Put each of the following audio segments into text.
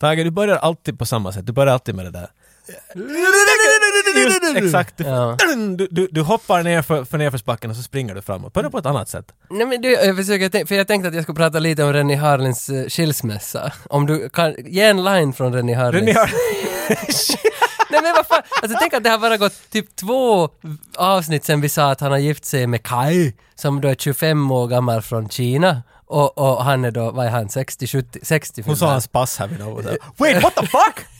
Tage, du börjar alltid på samma sätt. Du börjar alltid med det där. Just exakt. Du, Ja. du, du, du hoppar ner för, för nerförsbacken och så springer du framåt. Börja på ett annat sätt. Nej men du, jag försöker tänka, för jag tänkte att jag skulle prata lite om Rennie Harlins eh, skilsmässa. Om du kan, ge en line från Rennie Harlins. Ni har, Nej men vad fan, alltså tänk att det har bara gått typ två avsnitt sen vi sa att han har gift sig med Kai, som då är 25 år gammal från Kina. Och, och han är då, vad är han, 60, 70, 60 hon sa filmen. hans pass här vid något. där. Wait, what the fuck?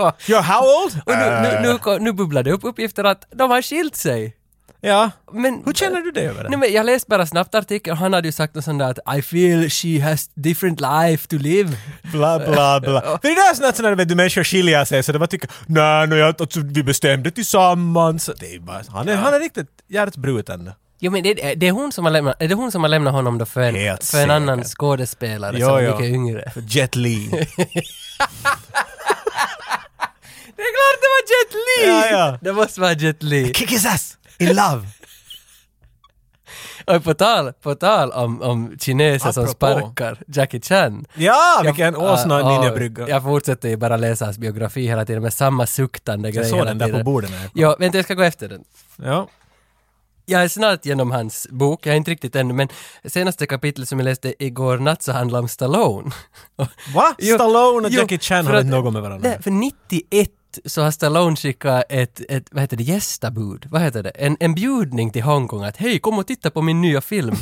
Äh. You're how old? Och nu, nu, nu, ko- nu bubblar det upp uppgifter att de har skilt sig. Ja. Men, Hur känner du dig över det? Nej, men jag läste bara snabbt artikeln och han hade ju sagt något sånt där att I feel she has different life to live. Bla, bla, bla. För det där är sånt där när du människor skiljer sig så det bara tycker nej, nej, jag- alltså, vi bestämde tillsammans. Det är bara, han, är, han är riktigt hjärtbruten. Jo men det, det är, hon som har lämnat, är det hon som har lämnat honom då för en, Helt för en annan säkert. skådespelare Jo, som är jo. mycket yngre? Jet Li. Det är klart det var Jet Li! Ja, ja. Det måste vara Jet Li. Kick his ass! In love! Och på tal, på tal om, om kineser som Apropå. sparkar Jackie Chan. Ja, vilken åsna Ja, ja, ninjabrygga. Jag fortsätter ju bara läsa hans biografi hela tiden med samma suktande grej Jag såg hela den där på tiden. bordet när jag Ja, vänta jag ska gå efter den. Ja. Jag är snart genom hans bok, jag är inte riktigt ännu, men senaste kapitlet som jag läste igår natt så handlade om Stallone. Va? Jo, Stallone och jo, Jackie Chan för har att- inte något med varandra Nej, för 91 så har Stallone skickat ett, ett, vad heter det, gästabud? Vad heter det? En, en bjudning till Hongkong att hej, kom och titta på min nya film.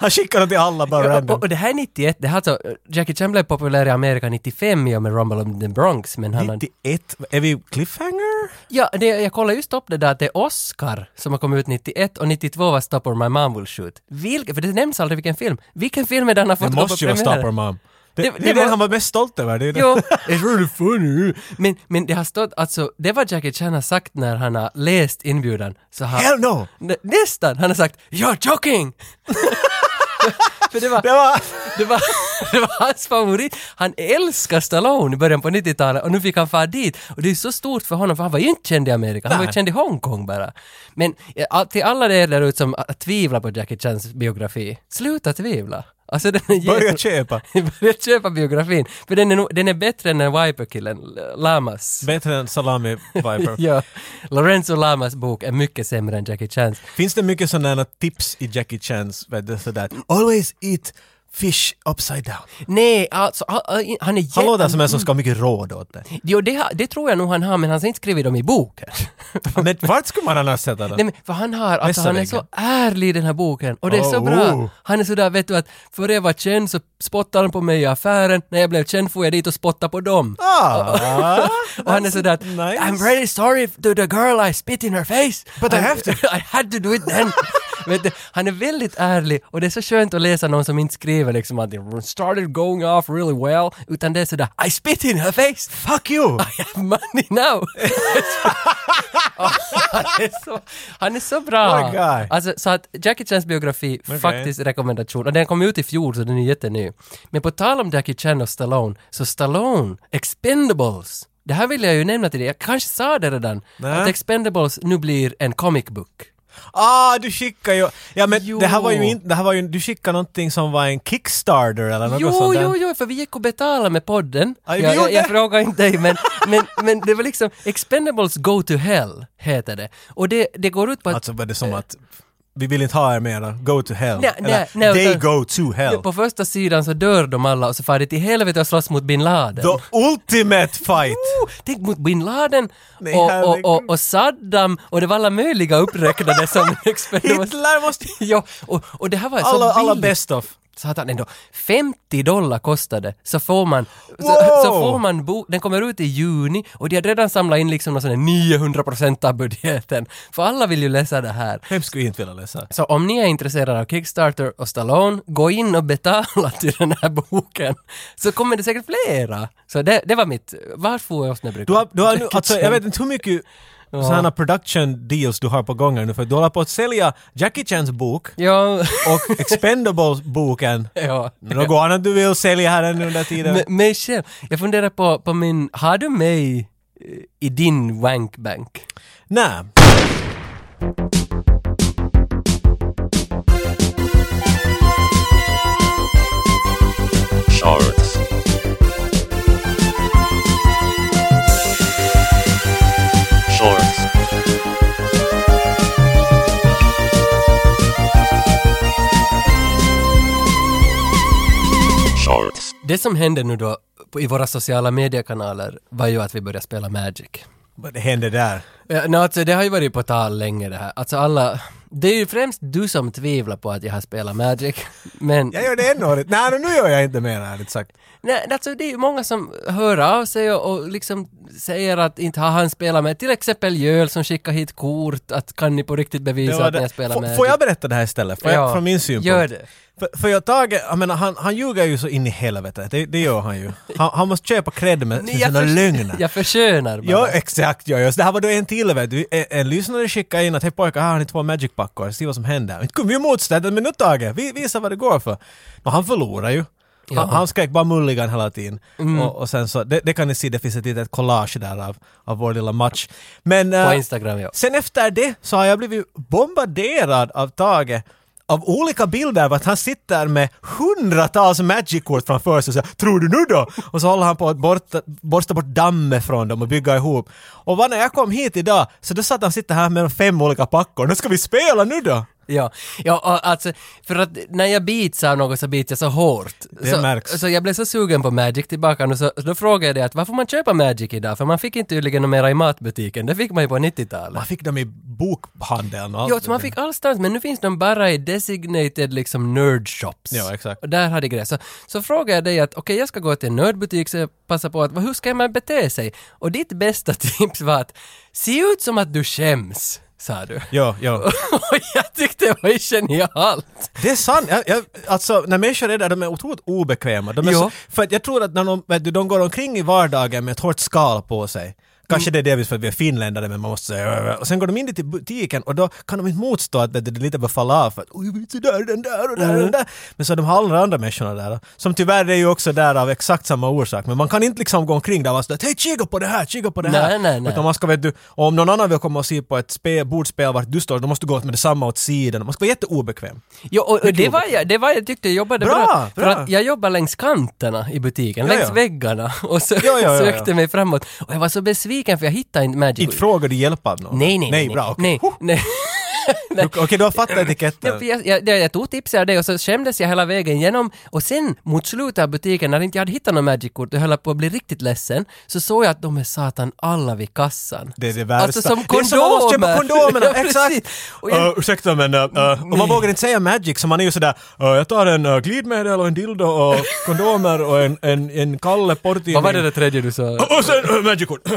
Han skickar den till alla bara Ja, random. och, och det här är 91, det här alltså, Jackie Chan blev populär i Amerika 95 i och med Rumble of the Bronx, men han har... 91? Är vi cliffhanger? Ja, det, jag kollade just upp det där att det är Oscar som har kommit ut 91 och 92 var Stop or My Mom Will Shoot. Vilken, för det nämns aldrig vilken film. Vilken film är det han har fått Det gå på måste ju vara premiären? Stopper Mom. Det, det, Det- är det den må- han var mest stolt över. Det är den. Jo, it's really funny. Men, men det har stått, alltså, det var Jackie Chan har sagt när han har läst inbjudan. Så har, Hell no! Nä, nästan! Han har sagt “You're joking!” För det var, Det var... det, var, det var hans favorit. Han älskar Stallone i början på 90-talet och nu fick han fara dit. Och det är så stort för honom för han var ju inte känd i Amerika, han var ju Nej. känd i Hongkong bara. Men eh, all- till alla er där ute som eh, tvivlar på Jackie Chans biografi, sluta tvivla! Alltså den är Börja jävla- köpa. Börja köpa biografin, för den är, nog- den är bättre än den Viper-killen, L- Lamas. Bättre än Salami Viper. Ja, Lorenzo Lamas bok är mycket sämre än Jackie Chans. Finns det mycket sådana tips i Jackie Chans, vet du, sådär “Always eat fish upside down”? Nej, alltså han- han, han är Han jä- låter som en som ska ha mycket råd åt det. Jo, det, har- det tror jag nog han har, men han har inte skrivit dem i boken. Men vart skulle man annars sätta Nej, den? men för han har, alltså Nästa han är vecka. så ärlig i den här boken och det är så Oh, oh. bra. Han är så där, vet du att före jag var känd så spottade han på mig i affären, när jag blev känd får jag dit och spotta på dem. Ah, Och han är sådär att nice. I'm really sorry to the girl I spit in her face. But I I'm- have to." I had to do it then. Vet du, han är väldigt ärlig och det är så skönt att läsa någon som inte skriver liksom att it started going off really well, utan det är sådär I spit in her face. fuck you! I have money now. Ja, han, är så, han är så bra. What a guy. Alltså, så att Jackie Chans biografi, faktiskt rekommendation. Och den kom ut i fjol så den är jätteny. Men på tal om Jackie Chan och Stallone, så Stallone, Expendables. Det här vill jag ju nämna till dig, jag kanske sa det redan, Nej. att Expendables nu blir en comic book. Ah, du skickade ju... Ja men Jo. det här var ju inte... Det här var ju... Du skickade någonting som var en Kickstarter eller något Jo, sånt där. jo, jo, för vi gick och betalade med podden. Ja, vi jag, gjorde jag, jag det. frågar inte dig, men, men, men det var liksom Expendables Go to Hell, heter det. Och det, det går ut på att... Alltså var det som att... Vi vill inte ha er mera. Go to hell. Nej, Eller, nej, nej, they utan- go to hell. På första sidan så dör de alla och så far det till helvete och slåss mot bin Laden. The ultimate fight! Oh, Tänk mot bin Laden Nej, och, och, herregud. och, och Saddam och det var alla möjliga uppräknade som Expendables. Hitler måste... Ja, och, och det här var Alla, så alla billigt. best of. Satan ändå. 50 dollar kostade så får man, så, Wow! så får man bo, den kommer ut i juni och de har redan samlat in liksom någon sån här 900% av budgeten. För alla vill ju läsa det här. Vem skulle inte vilja läsa? Så om ni är intresserade av Kickstarter och Stallone, gå in och betala till den här boken. Så kommer det säkert flera. Så det, det var mitt... Varför jag snöbrygga? Du har, du har nu, alltså, jag vet inte hur mycket sådana production deals du har på gång här nu för du håller på att sälja Jackie Chans bok Ja, och Expendables-boken. ja. Något annat du vill sälja här ännu under tiden? M- mig själv. Jag funderar på, på min... Har du mig eh, i din wankbank? Nej. Shorts. Det som hände nu då på- i våra sociala mediekanaler var ju att vi började spela Magic. Vad hände där? Ja, no, alltså, det har ju varit på tal länge det här. Alltså alla... Det är ju främst du som tvivlar på att jag har spelat Magic. Men... Jag gör det ännu året. Nej, men nu gör jag inte mer ärligt sagt. Nej, alltså det är ju många som hör av sig och, och liksom säger att inte har han spelat med, till exempel Jöl som skickar hit kort, att kan ni på riktigt Det bevisa var att ni det. har spelat Får- med? Får jag berätta det här istället? Får jag, från min synpunkt? Gör det. För, för jag Tage, jag menar, han, han ljuger ju så in i helvete. Det, det gör han ju. Han, han måste köpa cred med med Nej, jag sina förs- lögner. Jag förskönar bara. Ja, exakt. Ja, just. Det här var då en till. Vet du. En, en lyssnare skickade in att hej pojkar, här har ni två Magic-packor, se vad som händer. Inte kunde vi motstå det, men nu Tage, vi, visa vad det går för. Nå, han förlorar ju. Han, Ja. han skrek bara mulligan hela tiden. Och, och sen så, det, det kan ni se, det finns ett litet collage där av, av vår lilla match. Men... På eh, Instagram ja. Sen efter det så har jag blivit bombarderad av Tage av olika bilder av att han sitter med hundratals Magic-kort framför sig och säger ”Tror du nu då?” och så håller han på att borta, borsta bort dammet från dem och bygga ihop. Och vad när jag kom hit idag så då satt han sitter här med fem olika packor. Nu ska vi spela nu då! Ja, ja och alltså, för att när jag bits av något så bits jag så hårt. Det så, märks. så jag blev så sugen på Magic tillbaka nu så, så då frågade jag det att varför man köper Magic idag? För man fick inte tydligen något mera i matbutiken, det fick man ju på 90-talet. Man fick dem i bokhandeln och allt. Jo, så man fick allstans, men nu finns de bara i designated liksom nerd shops. Ja, exakt. Och där har de grejer. Så, så frågar jag dig att okej, jag ska gå till en nördbutik så jag passar på att vad- hur ska man bete sig? Och ditt bästa tips var att se ut som att du skäms, sa du. Jo, jo. Och jag tyckte det var ju genialt. Det är sant. Jag, jag, alltså, när människor är där, de är otroligt obekväma. De är Ja. så, för att jag tror att när de, vet du, de går omkring i vardagen med ett hårt skal på sig. Mm. Kanske det är delvis för att vi är finländare, men man måste säga... Och sen går de in dit i butiken och då kan de inte motstå att vet du, det lite börjar falla av. För att oj, jag vill inte där, den där och där Mm. och den där. Men så är de här andra, andra människorna där, då, som tyvärr är ju också där av exakt samma orsak. Men man kan inte liksom gå omkring där och vara sådär, hej kika på det här, kika på det här. Nej, nej, nej. Utan man ska, vet du, om någon annan vill komma och se på ett spel, bordspel vart du står, då måste du gå med detsamma åt sidan. Man ska vara jätteobekväm. Jo, och, och det, var jag, det var jag tyckte jag jobbade Bra, För bra. att jag jobbade längs kanterna i butiken, Ja, längs ja. väggarna. Och så, ja, ja, ja. sökte mig framåt. Och jag var så besviken för jag hittade inte Magic. Inte frågar du hjälp av någon? Nej, nej, nej. nej. bra, okej. nej, Huh. nej. Okej, du har fattat Ja, för etiketten. jag, jag, det- jag tog tipset av dig och så skämdes jag hela vägen igenom och sen mot slutet av butiken när inte jag hade hittat något Magic-kort och höll på att bli riktigt ledsen så såg jag att de är satan alla vid kassan. Det är det värsta. Alltså som Det är som man måste köpa kondomer. kondomerna, Ja, precis. exakt! Och jag- Mm, Uh, ursäkta men, uh, uh, och man vågar inte säga magic så man är ju sådär, uh, jag tar en uh, glidmedel och en dildo och kondomer och en, en, en Kalle porrtidning. Vad var det där tredje du sa? Och sen uh, magic-kort.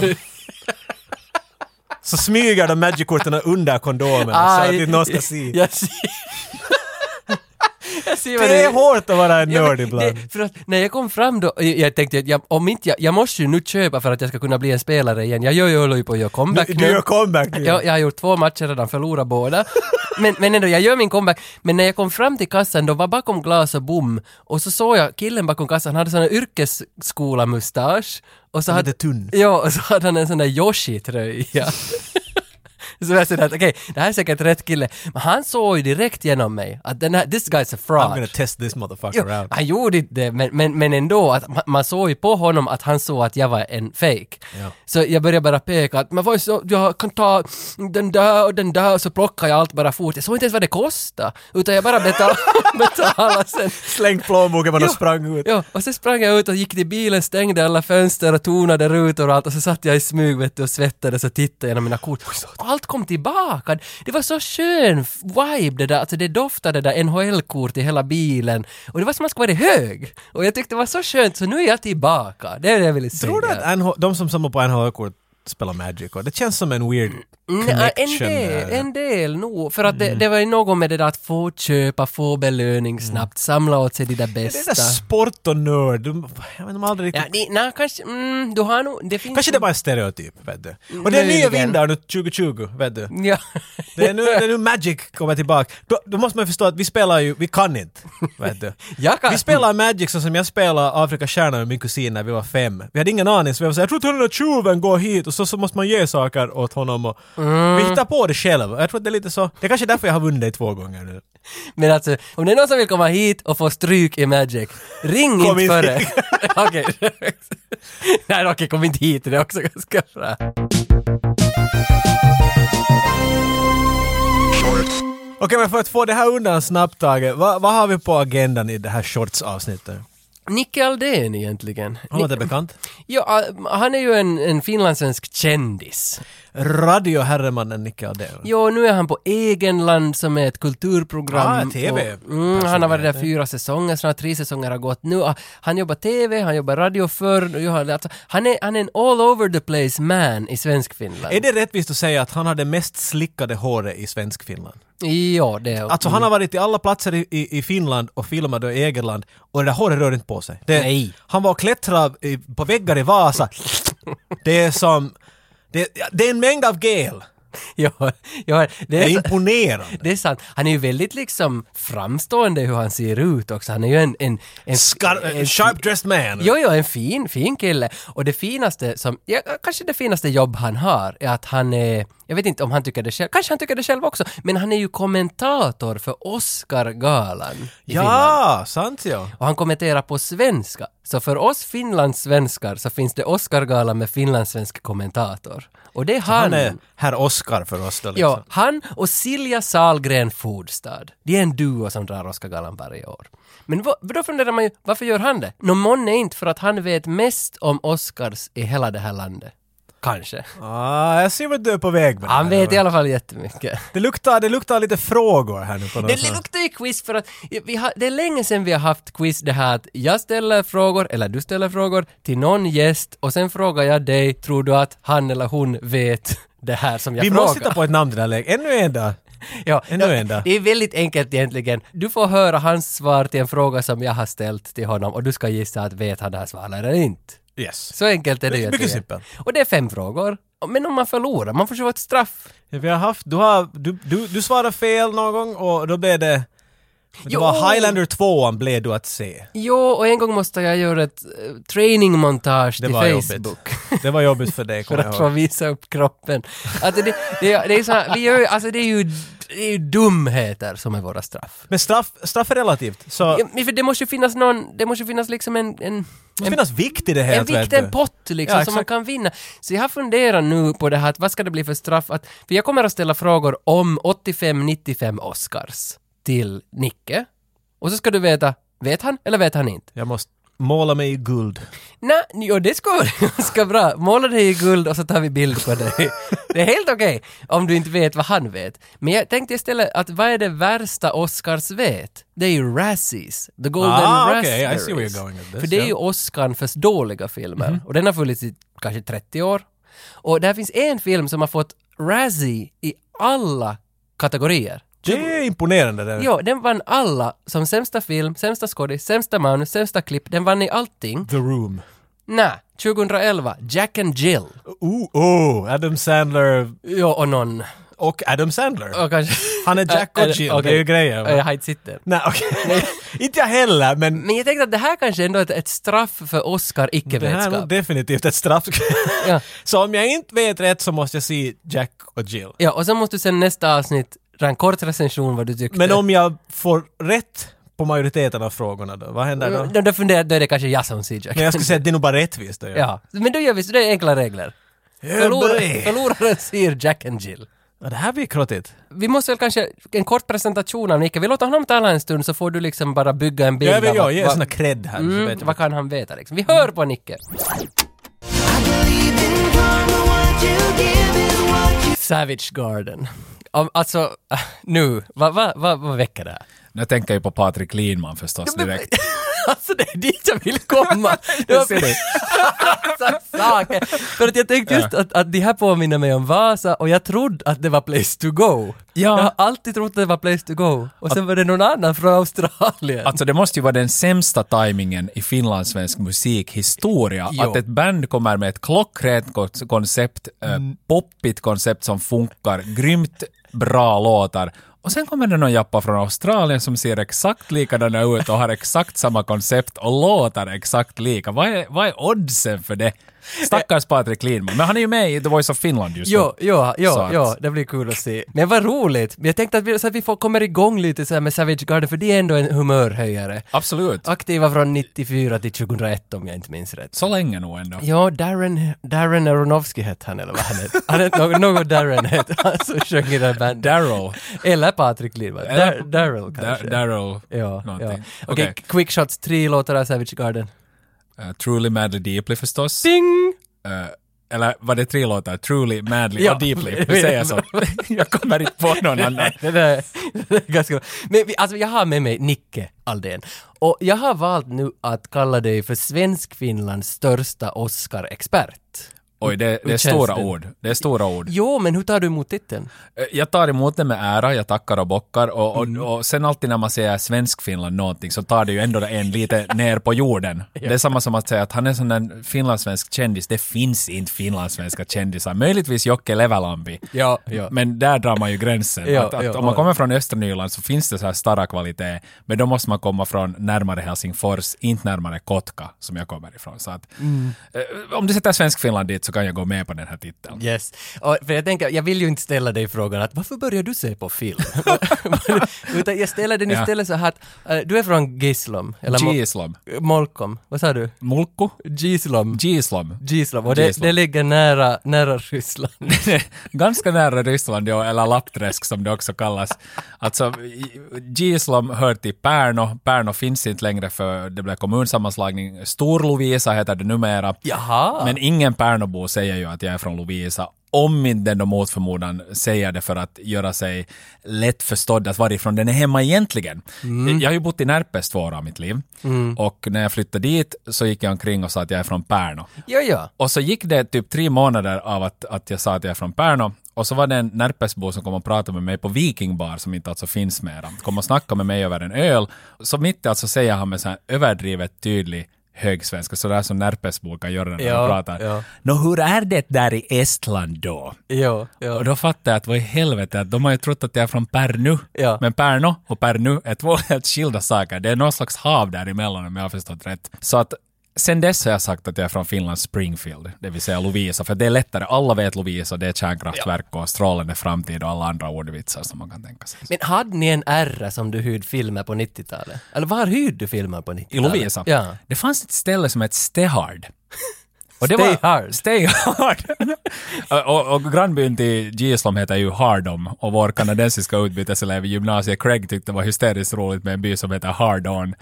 så smyger de magic-korten under kondomerna så Ah, att jag- inte någon ska se. Jag ser, jag ser vad Det är hårt att vara en Ja, men nörd ibland. Det, för att, när jag kom fram då, jag, jag tänkte att jag, om inte jag, jag måste ju nu köpa för att jag ska kunna bli en spelare igen. Jag gör ju håller ju på att göra comeback Du- du gör comeback nu. Jag, jag har gjort två matcher redan, förlorat båda. men, men ändå, jag gör min comeback. Men när jag kom fram till kassan, då var bakom glas och bom och så såg jag killen bakom kassan, han hade sån här yrkesskolamustasch. Och så Han är hade, lite tunn. Ja, och så hade han en sån där Yoshi-tröja. Så jag sådär att okej, det här är säkert rätt kille. Men han såg ju direkt genom mig att den här, this guy's a fraud. I'm gonna test this motherfucker Jo, out. han gjorde inte det, men, men, men ändå, att man, man såg ju på honom att han såg att jag var en fake. Ja. Så jag började bara peka att man var ju så, jag kan ta den där och den där och så plockade jag allt bara fort. Jag såg inte ens vad det kostade, utan jag bara betalade, betalade sen. Släng plånboken bara och sprang ut. Ja, och sen sprang jag ut och gick till bilen, stängde alla fönster och tonade rutor och allt och så satt jag i smyg vet du, och svettades och tittade genom mina kort. Allt kom tillbaka! Det var så skön f- vibe det där, alltså det doftade det där NHL-kort i hela bilen och det var som att man skulle vara hög! Och jag tyckte det var så skönt, så nu är jag tillbaka. Det är det jag ville säga. Tror du att NH, de som samlar på NHL-kort spelar Magic? Och det känns som en weird Mm. Ja, en connection. Mm. del, där. en del nog. För att det, det var ju något med det där att få köpa, få belöning snabbt, samla åt sig de där Mm. Det är bästa. där sport och nörd. De, jag vet, de har aldrig Ja, riktigt... det, nej, kanske, mm, du har nog, det finns Kanske det är bara en stereotyp, vet du. Och det är nya Möjligen. vindar nu 2020, vet du. Ja. Det är nu, det är nu Magic kommer tillbaka. Då, då måste man förstå att vi spelar ju, vi kan inte, vet du. Jag kan- Vi spelar Magic så som jag spelar Afrikas stjärna med min kusin när vi var fem. Vi hade ingen aning, så vi var såhär, jag tror att den där tjuven går hit och så, så måste man ge saker åt honom och... Vi hittar på det själv. Jag tror att det är lite så... Det är kanske därför jag har vunnit dig två gånger nu. Men alltså, om det är någon som vill komma hit och få stryk i Magic, ring Kom inte inte. före. okej. Nej, okej, kom inte hit. Det är också ganska bra. Okej, men för att få det här undan snabbt, Tage, vad, vad har vi på agendan i det här shorts-avsnittet? Nicke Aldén egentligen. Han låter bekant. Ja, äh, han är ju en, en finlandssvensk kändis. Radioherremannen Nicke Aldén. Jo, nu är han på Egenland som är ett kulturprogram. Ah, TV. Och, mm, han har varit där fyra säsonger, snart tre säsonger har gått nu. Ah, Han jobbar TV, han jobbar radio förr. nu gör han- Alltså, han, är, han är en all over the place man i svensk Finland. Är det rättvist att säga att han har det mest slickade håret i svensk Finland? Ja, det är Alltså han har varit i alla platser i, i, i Finland och filmat då i eget land och det där håret rör inte på sig. Det, Nej. Han var och klättrade i- på väggar i Vasa. Det är som... Det, ja, det är en mängd av gel. ja, ja, Det är det är, imponerande. det är sant. Han är ju väldigt liksom framstående hur han ser ut också. Han är ju en... en, en Skar, en sharp dressed man. Jo, jo, en fin, fin kille. Och det finaste som, ja, kanske det finaste jobb han har är att han är, jag vet inte om han tycker det själv, kanske han tycker det själv också, men han är ju kommentator för Oscargalan i Finland. ja, sant ja. Och han kommenterar på svenska. Så för oss finlandssvenskar så finns det Oscargalan med finlandssvensk kommentator. Och det är han. Han är herr Oscar för oss då liksom. Ja, han och Silja Salgren Fodstad. Det är en duo som drar Oscargalan varje år. Men vad- då funderar man ju, varför gör han det? Nå månne inte för att han vet mest om Oscars i hela det här landet. Kanske. Ah, jag ser vart du är på väg med det Han här. vet i alla fall jättemycket. det, luktar, det luktar lite frågor här nu på något Det sätt. luktar ju quiz för att vi har, det är länge sedan vi har haft quiz det här att jag ställer frågor, eller du ställer frågor till någon gäst och sen frågar jag dig, tror du att han eller hon vet det här som jag Vi frågar? måste hitta på ett namn till det här läget. Ännu en dag. Ja, Ännu det- en då. Det är väldigt enkelt egentligen. Du får höra hans svar till en fråga som jag har ställt till honom och du ska gissa att vet han det här svaret eller inte. Yes. Så enkelt är det Mycket egentligen. simpelt. Och det är fem frågor. Men om man förlorar, man får ju ett straff. Vi har haft, du, har, du, du, du svarade fel någon gång och då blev det... Det Jo. var Highlander 2 blev du att se. Jo, och en gång måste jag göra ett eh, trainingmontage Det till var Facebook. jobbigt. Det var jobbigt för dig, För kommer jag att få ihåg. visa upp kroppen. Alltså det, det, är- det är så här, vi gör ju, alltså det är ju, det är ju dumheter som är våra straff. Men straff, straff är relativt. Så Ja, men för det måste ju finnas någon, det måste ju finnas liksom en, en det finns vikt i det en helt vet viktig du. pott liksom Ja, som exakt. man kan vinna. Så jag har funderat nu på det här att vad ska det bli för straff? Att, för jag kommer att ställa frågor om 85-95 Oscars till Nicke. Och så ska du veta, vet han eller vet han inte? Jag måste måla mig i guld. Nej, jo det ska vara ganska bra. Måla dig i guld och så tar vi bild på dig. Det är helt okej om du inte vet vad han vet. Men jag tänkte istället att vad är det värsta Oscars vet? Det är ju Razzies, The Golden Ah, okej, I see Raspberries. where you're going with this, Mhm. För det är ja. ju Oscarn för dåliga filmer. Och den har funnits i kanske 30 år. Och där finns en film som har fått Razzie i alla kategorier. Det är imponerande. Det. Jo, den vann alla som sämsta film, sämsta skådis, sämsta manus, sämsta klipp. Den vann i allting. The Room. Nej, 2011, Jack and Jill. Oh, oh, Adam Sandler Ja, och någon. och Adam Sandler. Och kanske... Han är Jack och Eller- Jill, okej. det är ju grejer. va? Jag har inte sett den. Nej, okej. inte jag heller, men Men jag tänkte att det här kanske ändå är ett- ett straff för Oscar det här är nog icke-vetskap. definitivt ett straff. Ja. så om jag inte vet rätt så måste jag se Jack och Jill. ja, och så måste du sen nästa avsnitt dra en kort recension vad du tyckte. Men om jag får rätt på majoriteten av frågorna då, vad händer då? Då, då funderar jag, då är det kanske jag som säger Jack. Men jag skulle säga att det är nog bara rättvist då. Ja, men då gör vi så, det är enkla regler. Förloraren, Förlora. förloraren ser Jack and Jill. Ja, det här blir krottigt. Vi måste väl kanske, en kort presentation av Nicke. Vi låter honom tala en stund så får du liksom bara bygga en bild Jag vill av ja, vad- ge vad- såna cred här. så Mm, vet jag. vad kan han veta liksom? Vi hör på Nicke. I believe in karma. What you give is what you Savage Garden. Om, alltså, äh, nu, vad va, va, vad väcker det här? Nu tänker jag ju på Patrik Lindman förstås direkt. alltså det är dit jag vill komma! Det ser du. massa saker. För att jag tänkte just att, att det här påminner mig om Vasa och jag trodde att det var Place to Go. Ja. Jag har alltid trott att det var Place to Go. Och sen var det någon annan från Australien. Alltså det måste ju vara den sämsta timingen i finlandssvensk musikhistoria. Jo. Att ett band kommer med ett klockrent kon- koncept, eh, Mm. poppigt koncept som funkar, grymt bra låtar. Och sen kommer det någon jappa från Australien som ser exakt likadana ut och har exakt samma koncept och låtar exakt lika. Vad är, vad är oddsen för det? Stackars Patrik Lindman. Men han är ju med i The Voice of Finland just Jo, nu. jo, jo, Så att- jo, det blir kul att se. Men vad roligt! Men jag tänkte att vi, så att vi får, kommer igång lite så här med Savage Garden, för det är ändå en humörhöjare. Absolut. Aktiva från 94 till 2001 om jag inte minns rätt. Så länge nog ändå. Ja, Darren, Darren Aronofsky hette han eller vad han hette. Han hette något, något Darren hette han som sjöng i det här bandet. Daryl. Eller Patrik Lidman? Eller- Dar- Daryl kanske? Da- Daryl. ja, ja. någonting. Okej, Okej. Quick Shots 3 låtar av Savage Garden. Eh, Truly Madly Deeply förstås. Ding! Eh, eller var det tre låtar? Truly, Madly Ja. och Deeply. Vi säger så. jag kommer inte på någon annan. Det där det är ganska bra. Men vi, alltså jag har med mig Nicke Aldén. Och jag har valt nu att kalla dig för Svensk-Finlands största Oscar-expert. Oj, det, det är känns stora det? ord. Det är stora ord. Jo, men hur tar du emot titeln? Eh, Jag tar emot det med ära, jag tackar och bockar och, och, och sen alltid när man säger svensk-finland någonting så tar det ju ändå en lite ner på jorden. Det är samma som att säga att han är sån där finlandssvensk kändis, det finns inte finlandssvenska kändisar, möjligtvis Jocke Levälampi. Ja, ja. Men där drar man ju gränsen. Ja, att, att ja. om man kommer från östra Nyland så finns det så här starra kvalitet, men då måste man komma från närmare Helsingfors, inte närmare Kotka som jag kommer ifrån. Så att, Mm. eh, om du sätter svensk-finland dit så kan jag gå med på den här titeln. Yes. Och för jag, tänker, jag vill ju inte ställa dig frågan att varför börjar du se på film? Utan jag ställer den Ja. istället så här att eh, du är från Gislom, eller Mo- Gislom. Molkom, vad sa du? Mulkku? Gislom. Gislom. Gislom, och det, Gislom. det ligger nära, nära Ryssland. Ganska nära Ryssland, ja, eller Lappträsk som det också kallas. Alltså, Gislom hör till Pärno. Pärno finns inte längre för det blev kommunsammanslagning. Storlovisa heter det numera. Jaha! Men ingen Pärnobo säger ju att jag är från Lovisa. Om inte den då mot förmodan säger det för att göra sig lätt förstådd att varifrån den är hemma egentligen. Jag har ju bott i Närpes två år av mitt liv. Och när jag flyttade dit så gick jag omkring och sa att jag är från Pärno. Ja, ja. Och så gick det typ tre månader av att, att jag sa att jag är från Pärno. Och så var det en Närpesbo som kom och pratade med mig på Vikingbar, som inte alltså finns mera. Kom och snackade med mig över en öl. Så mitt i allt så säger han med så här överdrivet tydlig högsvenska, sådär som Närpesbor kan göra när Ja, de pratar. ja. Nå, hur är det där i Estland då? Ja, Och ja. då fattar jag att vad i helvete, att de har ju trott att jag är från Pärnu. Ja. Men Pärnu och Pärnu är två helt skilda saker. Det är någon slags hav däremellan om jag har förstått rätt. Så att sen dess har jag sagt att jag är från Finlands Springfield, det vill säga Lovisa, för det är lättare. Alla vet Lovisa, det är kärnkraftverk och strålande framtid och alla andra ordvitsar som man kan tänka sig. Men hade ni en R som du hyrde filmer på 90-talet? Eller var hyrde du filmer på 90-talet? I Lovisa, Ja. det fanns ett ställe som hette Stehard. Och Stay hard. Stay hard. och, och grannbyn till Gislom heter ju Hardom och vår kanadensiska utbyteselev i gymnasiet Craig tyckte det var hysteriskt roligt med en by som heter Hardon.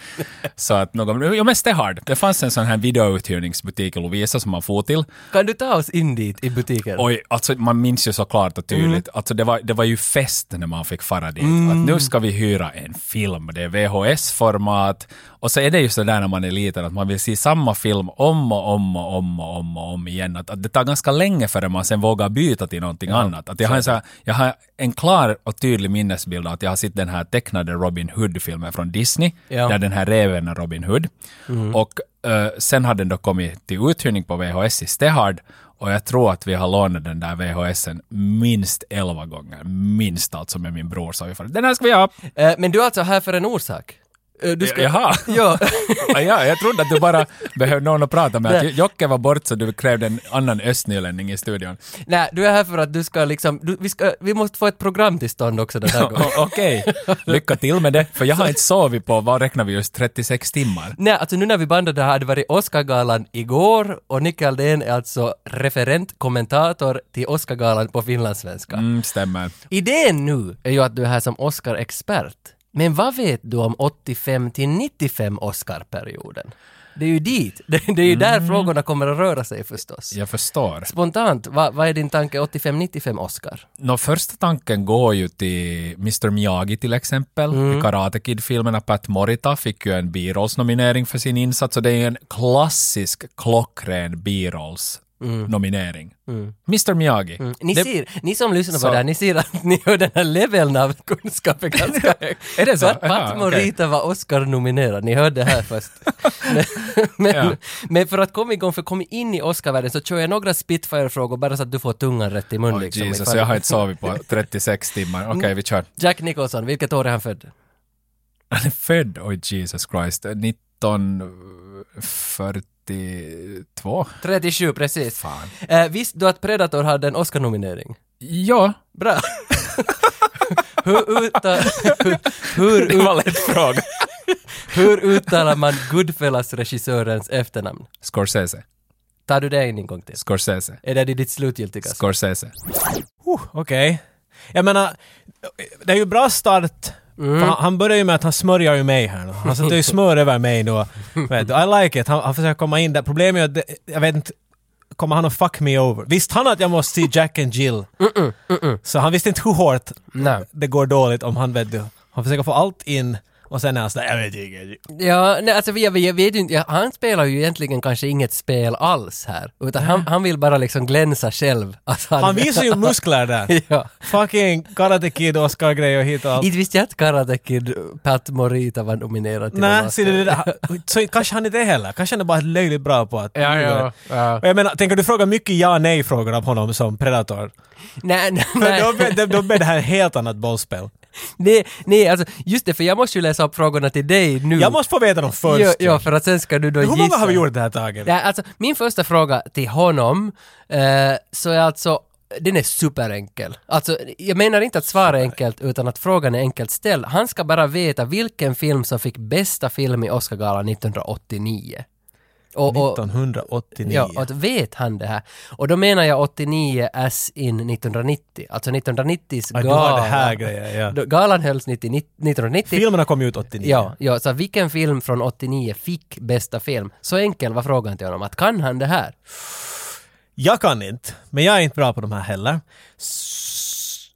Så att någon, jo men Stay hard. Det fanns en sån här videouthyrningsbutik i Lovisa som man får till. Kan du ta oss in dit i butiken? Oj, alltså man minns ju så klart och tydligt. Alltså det var, det var ju fest när man fick fara dit. Att nu ska vi hyra en film. Det är VHS-format. Och så är det ju så där när man är liten att man vill se samma film om och om och om och om, och om igen. Att, att det tar ganska länge före man sen vågar byta till någonting annat. Att jag, har en så här, jag har en klar och tydlig minnesbild av att jag har sett den här tecknade Robin Hood-filmen från Disney. Ja. Mm. Där den här räven är Robin Hood. Och eh, sen har den då kommit till uthyrning på VHS i Stehard och jag tror att vi har lånat den där VHSen minst elva gånger. Minst alltså med min bror sa vi för den här ska vi ha! Eh, Men du är alltså här för en orsak? Eh, Du ska... Jaha! Ja. Ah, ja, jag trodde att du bara behövde någon att prata med. Nej. Att Jocke var bort så du krävde en annan östnylänning i studion. Nej, du är här för att du ska liksom, du, vi, ska, vi måste få ett program till stånd också den här gången. O- Okej, lycka till med det. För jag har inte sovit på, vad räknar vi just, 36 timmar? Nej, alltså nu när vi bandade det här hade det varit Oscargalan igår och Nicke Aldén är alltså referentkommentator till Oscargalan på finlandssvenska. Mm, stämmer. Idén nu är ju att du är här som Oscar-expert. Men vad vet du om 85 till 95 Oscar-perioden? Det är ju dit, det, det är ju där frågorna kommer att röra sig förstås. Jag förstår. Spontant, vad, vad är din tanke 85-95 Oscar? Nå, första tanken går ju till Mr Miyagi till exempel. I Karate Kid-filmerna Pat Morita fick ju en birollsnominering för sin insats och det är ju en klassisk klockren birollsnominering. Mr Miyagi. Ni, Det- ser, ni som lyssnar på Så. det här, ni ser att ni hör den här leveln av kunskap är ganska hög. Är det så? Pat, Jaha, Pat okej. Morita var Oscar-nominerad, ni hörde det här först. men, men, Ja. men för att komma igång, för att komma in i Oscar-världen så kör jag några Spitfire-frågor bara så att du får tungan rätt i mun. Oj, liksom, Jesus, ifall- jag har inte sovit på 36 timmar. Okej, vi kör. Jack Nicholson, vilket år är han född? Han är född, oj Jesus Christ, 1942. 37, precis. Fan. Eh, visst du att Predator hade en Oscar-nominering? Ja, Bra! hur, uta, hur, det hur, var lätt fråga. hur uttalar man Goodfellas-regissörens efternamn? Scorsese, Tar du det in en gång till? Scorsese, Är det ditt slutgiltiga? Scorsese. Huh, Okej. Jag menar, det är ju bra start. Mm. För Han, han börjar ju med att han smörjer ju mig här nu. Han sätter ju smör över mig nu. Vet du, I like it. Han, han försöker komma in där. Problemet är ju att, det, jag vet inte, kommer han att fuck me over? Visste han att jag måste se Jack and Jill? Mm, Så han visste inte hur hårt Nej. det går dåligt om han, vet du, han försöker få allt in och sen är han sådär, jag vet inte. Ja, nej, alltså jag, jag vet ju inte, ja, han spelar ju egentligen kanske inget spel alls här. Utan han, han vill bara liksom glänsa själv. Att han, Han visar ju muskler där. ja. Fucking Karate Kid, Oscar-grej och hit och allt. Inte visste jag att Karate Kid, Pat Morita var nominerad till en Nej, Oscar. ser du det där? Så kanske han inte är heller. Kanske han är bara löjligt bra på att... Ja, ja, ja. Och jag menar, tänker du fråga mycket ja nej-frågor av honom som predator? Nej, nej, För då nej. blir- då- då blir det här ett helt annat bollspel. nej, nej, alltså just det, för jag måste ju läsa upp frågorna till dig nu. Jag måste få veta dem först. Ja, ja, för att sen ska du då Hur många gissa. har vi gjort det här taget? Nej, alltså, min första fråga till honom, eh, så är alltså, den är superenkel. Alltså, jag menar inte att svara är enkelt, utan att frågan är enkelt ställd. Han ska bara veta vilken film som fick bästa film i Oscargalan 1989. Och, och, 1989. Ja, och att vet han det här? Och då menar jag 89 as in 1990. Alltså 1990s Ja, gala. du har det här grejen, ja. Då- Galan hölls 90, 1990. Filmerna kom ju ut 89. Ja, ja, så vilken film från 89 fick bästa film? Så enkel var frågan till honom, att kan han det här? Jag kan inte, men jag är inte bra på de här heller. S-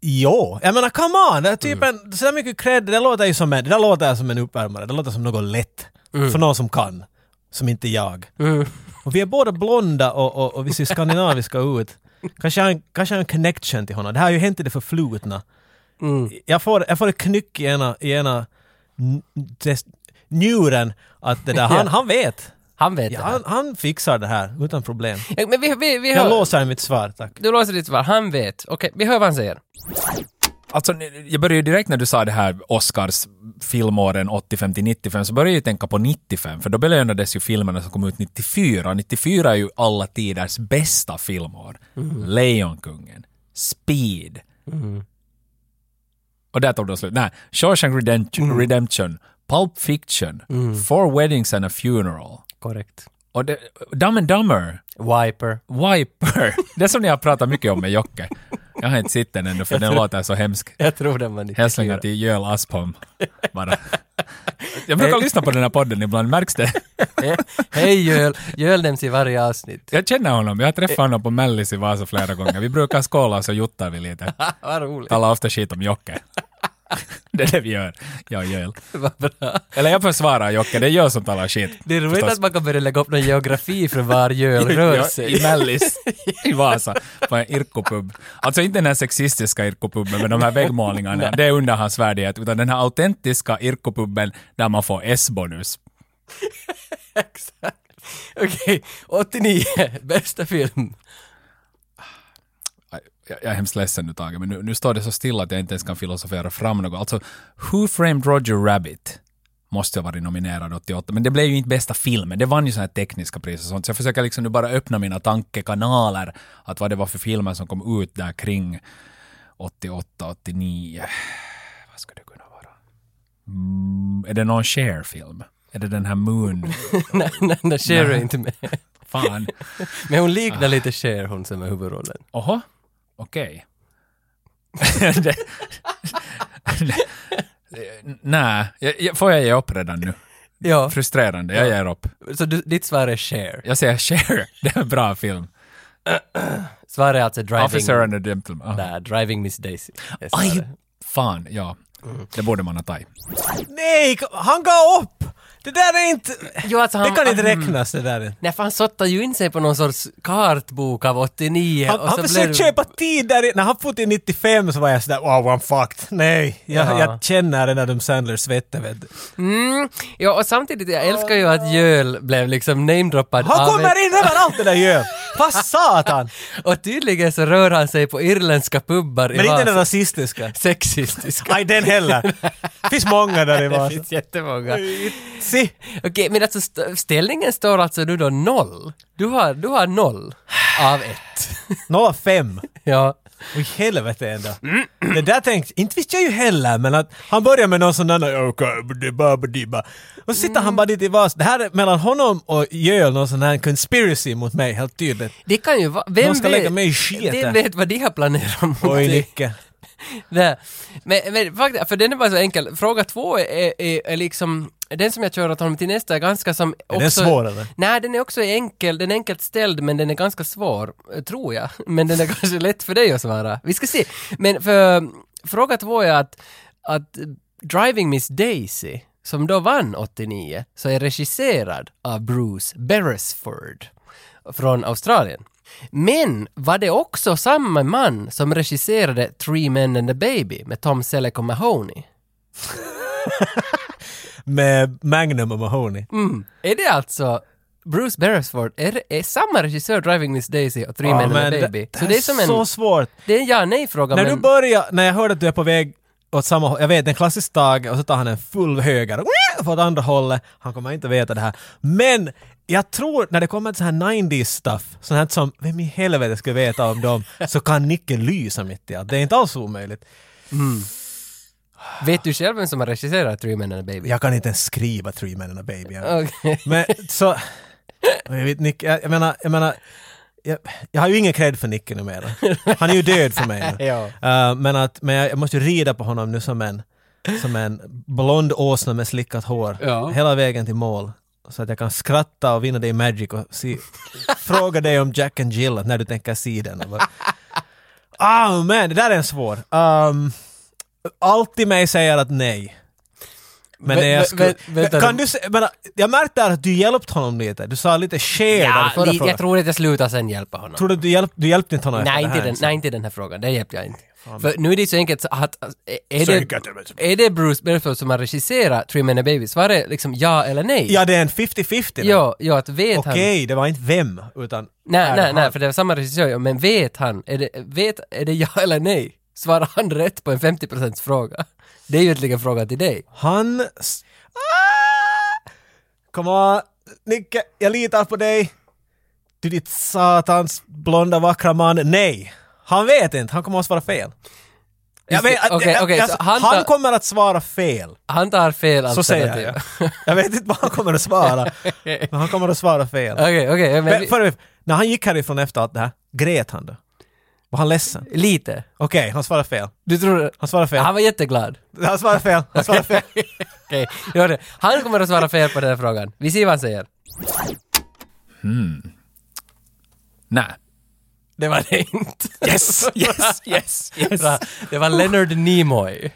Jo, jag menar come on! Det är typ en, så där mycket cred, det där låter ju som en, det där låter som en uppvärmare, det låter som något lätt. För någon som kan, som inte jag. Mm. Och vi är båda blonda och, och, och vi ser skandinaviska ut. Kanske jag har en- kanske jag har en connection till honom. Det här har ju hänt i det förflutna. Jag, får, jag får ett knyck i ena, i ena n- test- njuren att det där, han, han vet. Han vet Ja, det här. han, han fixar det här utan problem. Ja, Men vi, vi, vi Jag hör... låser mitt svar, tack. Du låser ditt svar, han vet. Okej, vi hör vad han säger. Alltså, jag började ju direkt när du sa det här Oscars filmåren 85 till 95, så började jag ju tänka på 95, för då belönades ju filmerna som kom ut 94. 94 är ju alla tiders bästa filmår. Lejonkungen, Speed. Och där tog det slut. Nej, Shawshank Redemption, Redemption Pulp Fiction, Four Weddings and a Funeral. Korrekt. Och det, Dumb and Dumber, Wiper. Wiper. Det som ni har pratat mycket om med Jocke. Jag har inte sett den ännu, för den låter så hemsk. Jag tror den var 94. Hälsningar till Joel Aspholm. Bara. Jag brukar lyssna på den här podden ibland, märks det? Hej Jöl! Jöl nämns i varje avsnitt. Jag känner honom, jag har träffat honom på Mellis i Vasa flera gånger. Vi brukar skåla och så juttar vi lite. Ah, Vad roligt. Talar ofta skit om Jocke. Det är det vi gör, jag och Joel. Vad bra. Eller jag försvarar Jocke, det är jag som talar skit. Det är roligt Förstås. att man kan börja lägga upp någon geografi för var Jöl rör Jag- sig. I Mellis i Vasa, på en irkopub. Alltså inte den här sexistiska irkopuben med de här väggmålningarna, det är under hans värdighet, utan den här autentiska irkopuben där man får S-bonus. Okej, 89, bästa film. jag, jag är hemskt ledsen nu Tage, men nu, nu står det så stilla att jag inte ens kan filosofera fram något. Alltså, Who Framed Roger Rabbit måste ha varit nominerad 88, men det blev ju inte bästa filmen. Det vann ju sådana här tekniska priser och sånt, så jag försöker liksom nu bara öppna mina tankekanaler, att vad det var för filmer som kom ut där kring 88, 89. Vad ska det kunna vara? Mm, är det någon Cher-film? Är det den här Moon? Nej, nej, nej, Ah. Cher är inte med. Fan. Men hon liknar lite Cher, hon som är huvudrollen. Oho, okej. Det- Nej, jag- jag- får jag ge upp redan nu? Ja, Frustrerande, jag ger upp. så du, ditt svar är Cher. Jag säger Cher, det är en bra film. Svaret är alltså Driving... Officer and a Gentleman. Oh. Nej, Driving Miss Daisy. är Aj, svaret. fan, ja. Det borde man ha tagit. Nej, kom- han gav upp! Det där är inte... Jo, alltså Det han, kan inte han- räknas det där. Nej, för han sottade ju in sig på någon sorts kartbok av 89 Han, och han så blev försökte köpa tid där i- När han for till 95 så var jag sådär wow, I'm fucked. Nej, jag, Ja. jag känner den Adam Sandler-svetten vet du. Mm, ja, och samtidigt, jag älskar ju att Jöl blev liksom namedroppad Ah. Han av kommer in överallt det där gör. Vad satan! Och tydligen så rör han sig på irländska pubbar i Men inte Vasa. den rasistiska. Sexistiska. Nej, den heller. Finns många där i Det Vasa. finns jättemånga. Se! Okej, men alltså st- ställningen står alltså nu då noll. Du har, du har noll av ett. 05. ja. Oj helvete ändå. Det där tänkte, inte visste jag ju heller men att han börjar med någon sån där "Jag kan bdibba, bdibba." och så sitter han bara dit i vas. Det här är mellan honom och Jöl någon sån här conspiracy mot mig helt tydligt. Det kan ju vara... Vem Någon ska vet, lägga mig i skiten. Vem vet vad de har planerat mot Oj dig? Nicke. Nej. Men, men faktiskt, för den är bara så enkel. Fråga två är, är, är liksom, den som jag kör åt honom till nästa är ganska som... den svår, eller? Nej, den är också enkel, den är enkelt ställd men den är ganska svår, eh, tror jag. Men den är kanske lätt för dig att svara. Vi ska se. Men för fråga två är att, att Driving Miss Daisy, som då vann 89, så är regisserad av Bruce Beresford från Australien. Men var det också samma man som regisserade Three Men and a Baby med Tom Selleck och Mahoney? Med Magnum och Mahoney. Mm. Är det alltså Bruce Beresford, är, det- är samma regissör Driving Miss Daisy och Three Ja, Men and a men Baby? Det, så det är som en, så svårt. det är en ja nej fråga När men... du börjar, när jag hörde att du är på väg åt samma håll, jag vet en klassisk dag och så tar han en full höger och på åt andra hållet, han kommer inte veta det här. Men jag tror när det kommer till så här 90s stuff, sånt här som vem i helvete skulle veta om dem, så kan Nicken lysa mitt i allt. Det är inte alls omöjligt. Vet du själv vem som har regisserat Three Men and a Baby? Jag kan inte ens skriva Three Men and a Baby. Okej. Men så... Jag, vet, Nick, jag, jag menar, jag menar... Jag, jag har ju ingen cred för Nicke numera. Han är ju död för mig nu. Ja. Eh, men, att, men jag, jag måste ju rida på honom nu som en, som en blond åsna med slickat hår. Ja. Hela vägen till mål. Så att jag kan skratta och vinna dig i Magic och se, fråga dig om Jack and Jill när du tänker se den. Och bara, Ah men, det där är en svår. Um, allt i mig säger att nej. Men Vä- när jag vä- skulle, vä- vänta kan nu. du se, men, jag märkte att du hjälpte honom lite. Du sa lite share Ja, där förra li- frågan. jag tror att jag slutar sen hjälpa honom. Tror du att du, hjälp, du hjälpte inte honom Nej efter inte, det liksom? den, nej, inte den här frågan. Det hjälpte jag inte. För nu är det så enkelt så att... att- Är det, är det Bruce Beresford som har regisserat Three Men and a Baby? Svaret är liksom ja eller nej. Ja, det är en 50-50. nu. ja, ja att vet Okej, han... det var inte vem, utan... är Nej, det nej, nej, han? för det var samma regissör, ja, men vet han, är det, vet, är det ja eller nej? Svarar han rätt på en 50% fråga? Det är ju egentligen en fråga till dig. Han... s- Ah! Kom on, Nicke, jag litar på dig. Du ditt satans blonda vackra man. Nej! Han vet inte, han kommer att svara fel. Jag Just det, vet, att- okej, jag- okej, alltså, så han, han tar- Alltså, kommer att svara fel. Han tar fel Så alternativ. säger jag. Jag vet inte vad han kommer att svara. men han kommer att svara fel. Okej, okej, men Men, vi, före- när han gick härifrån efter allt det här, grät han då? Var han ledsen? lite. Okej, han svarar fel. Du tror... Han svarar fel. Han var jätteglad. Han svarar fel. Han svarar fel. Okej, det var det. Han kommer att svara fel på den här frågan. Vi ser vad han säger. Nej. Det var det inte. Yes, yes, yes, yes. Bra. Det var Leonard Nimoy.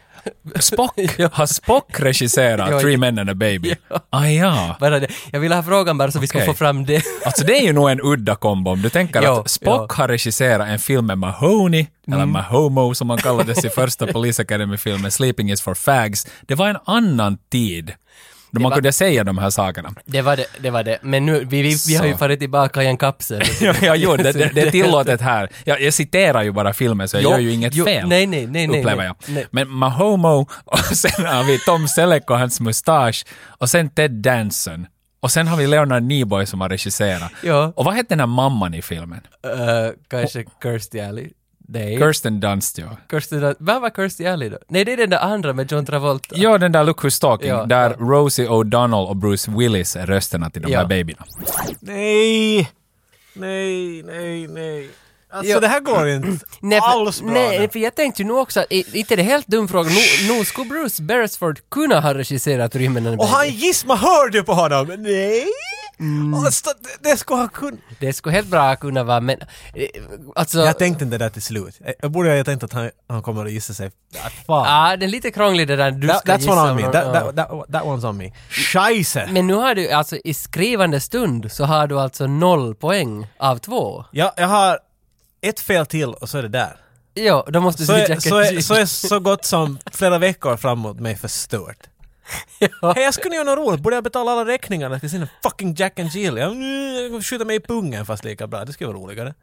Spock. Har Spock Ja. regisserat Three Men and a Baby? Ah, ja. Bara det. Jag ville ha frågan bara så vi skulle Okej. få fram det. Alltså det är ju nog en udda kombo om du tänker Jo, Mm. att Spock har regisserat en film med Mahoney, eller Mahomo som han kallades i första Police Academy-filmen, Sleeping is for fags. Det var en annan tid då man var- kunde säga de här sakerna. Det var det, det var det. Men nu, vi, vi, vi har ju Så. farit tillbaka i en kapsel. Ja, ja, jo, det, det, det är tillåtet här. Jag, jag citerar ju bara filmen så jag Jo, gör ju inget jo, fel. nej, nej, nej, nej, Upplever nej, jag. nej. Men Mahomo och sen har vi Tom Selleck och hans mustasch och sen Ted Danson. Och sen har vi Leonard Nimoy som har regisserat. Ja. Och vad hette den här mamman i filmen? Eh, kanske Kirstie Alley? Nej. Kirsten Dunst, ja. Kirstie Dunst. Vad var Kirstie Alley då? Nej, det är den där andra med John Travolta. Ja, den där Look Who's Talking, Ja, där ja. Rosie O'Donnell och Bruce Willis är rösterna till de Ja. här babyerna. Nej! Nej, nej, nej. Alltså Ja. det här går inte för, alls bra. nej nu. för jag tänkte ju nog också att, i- inte är det helt dum fråga, nu, nu skulle Bruce Beresford kunna ha regisserat Rymden and a Och han Baby. gissar, man hör du på honom? Nej! Mm. Alltså, det- det skulle han kunna... Det skulle helt bra kunna vara, men eh, alltså... Jag tänkte inte det där till slut. Jag borde ha tänkt att han, han kommer att gissa sig. Ah, Fan. ah, det är lite krångligt det där du That- ska that's gissa one on om me. någon- That, ja. that, that, that one's on me. Scheisse! Men nu har du, alltså i skrivande stund så har du alltså noll poäng av två. Jag, jag har ett fel till och så är det där. Ja, då måste du Så se är, Jack så, and är, Jill. så är så gott som flera veckor framåt mig förstört. Ja. Hej, jag skulle göra något roligt. Borde jag betala alla räkningar när jag ska se den fucking Jack and Jill? Jag jag kommer skjuta mig i pungen fast lika bra. Det skulle vara roligare.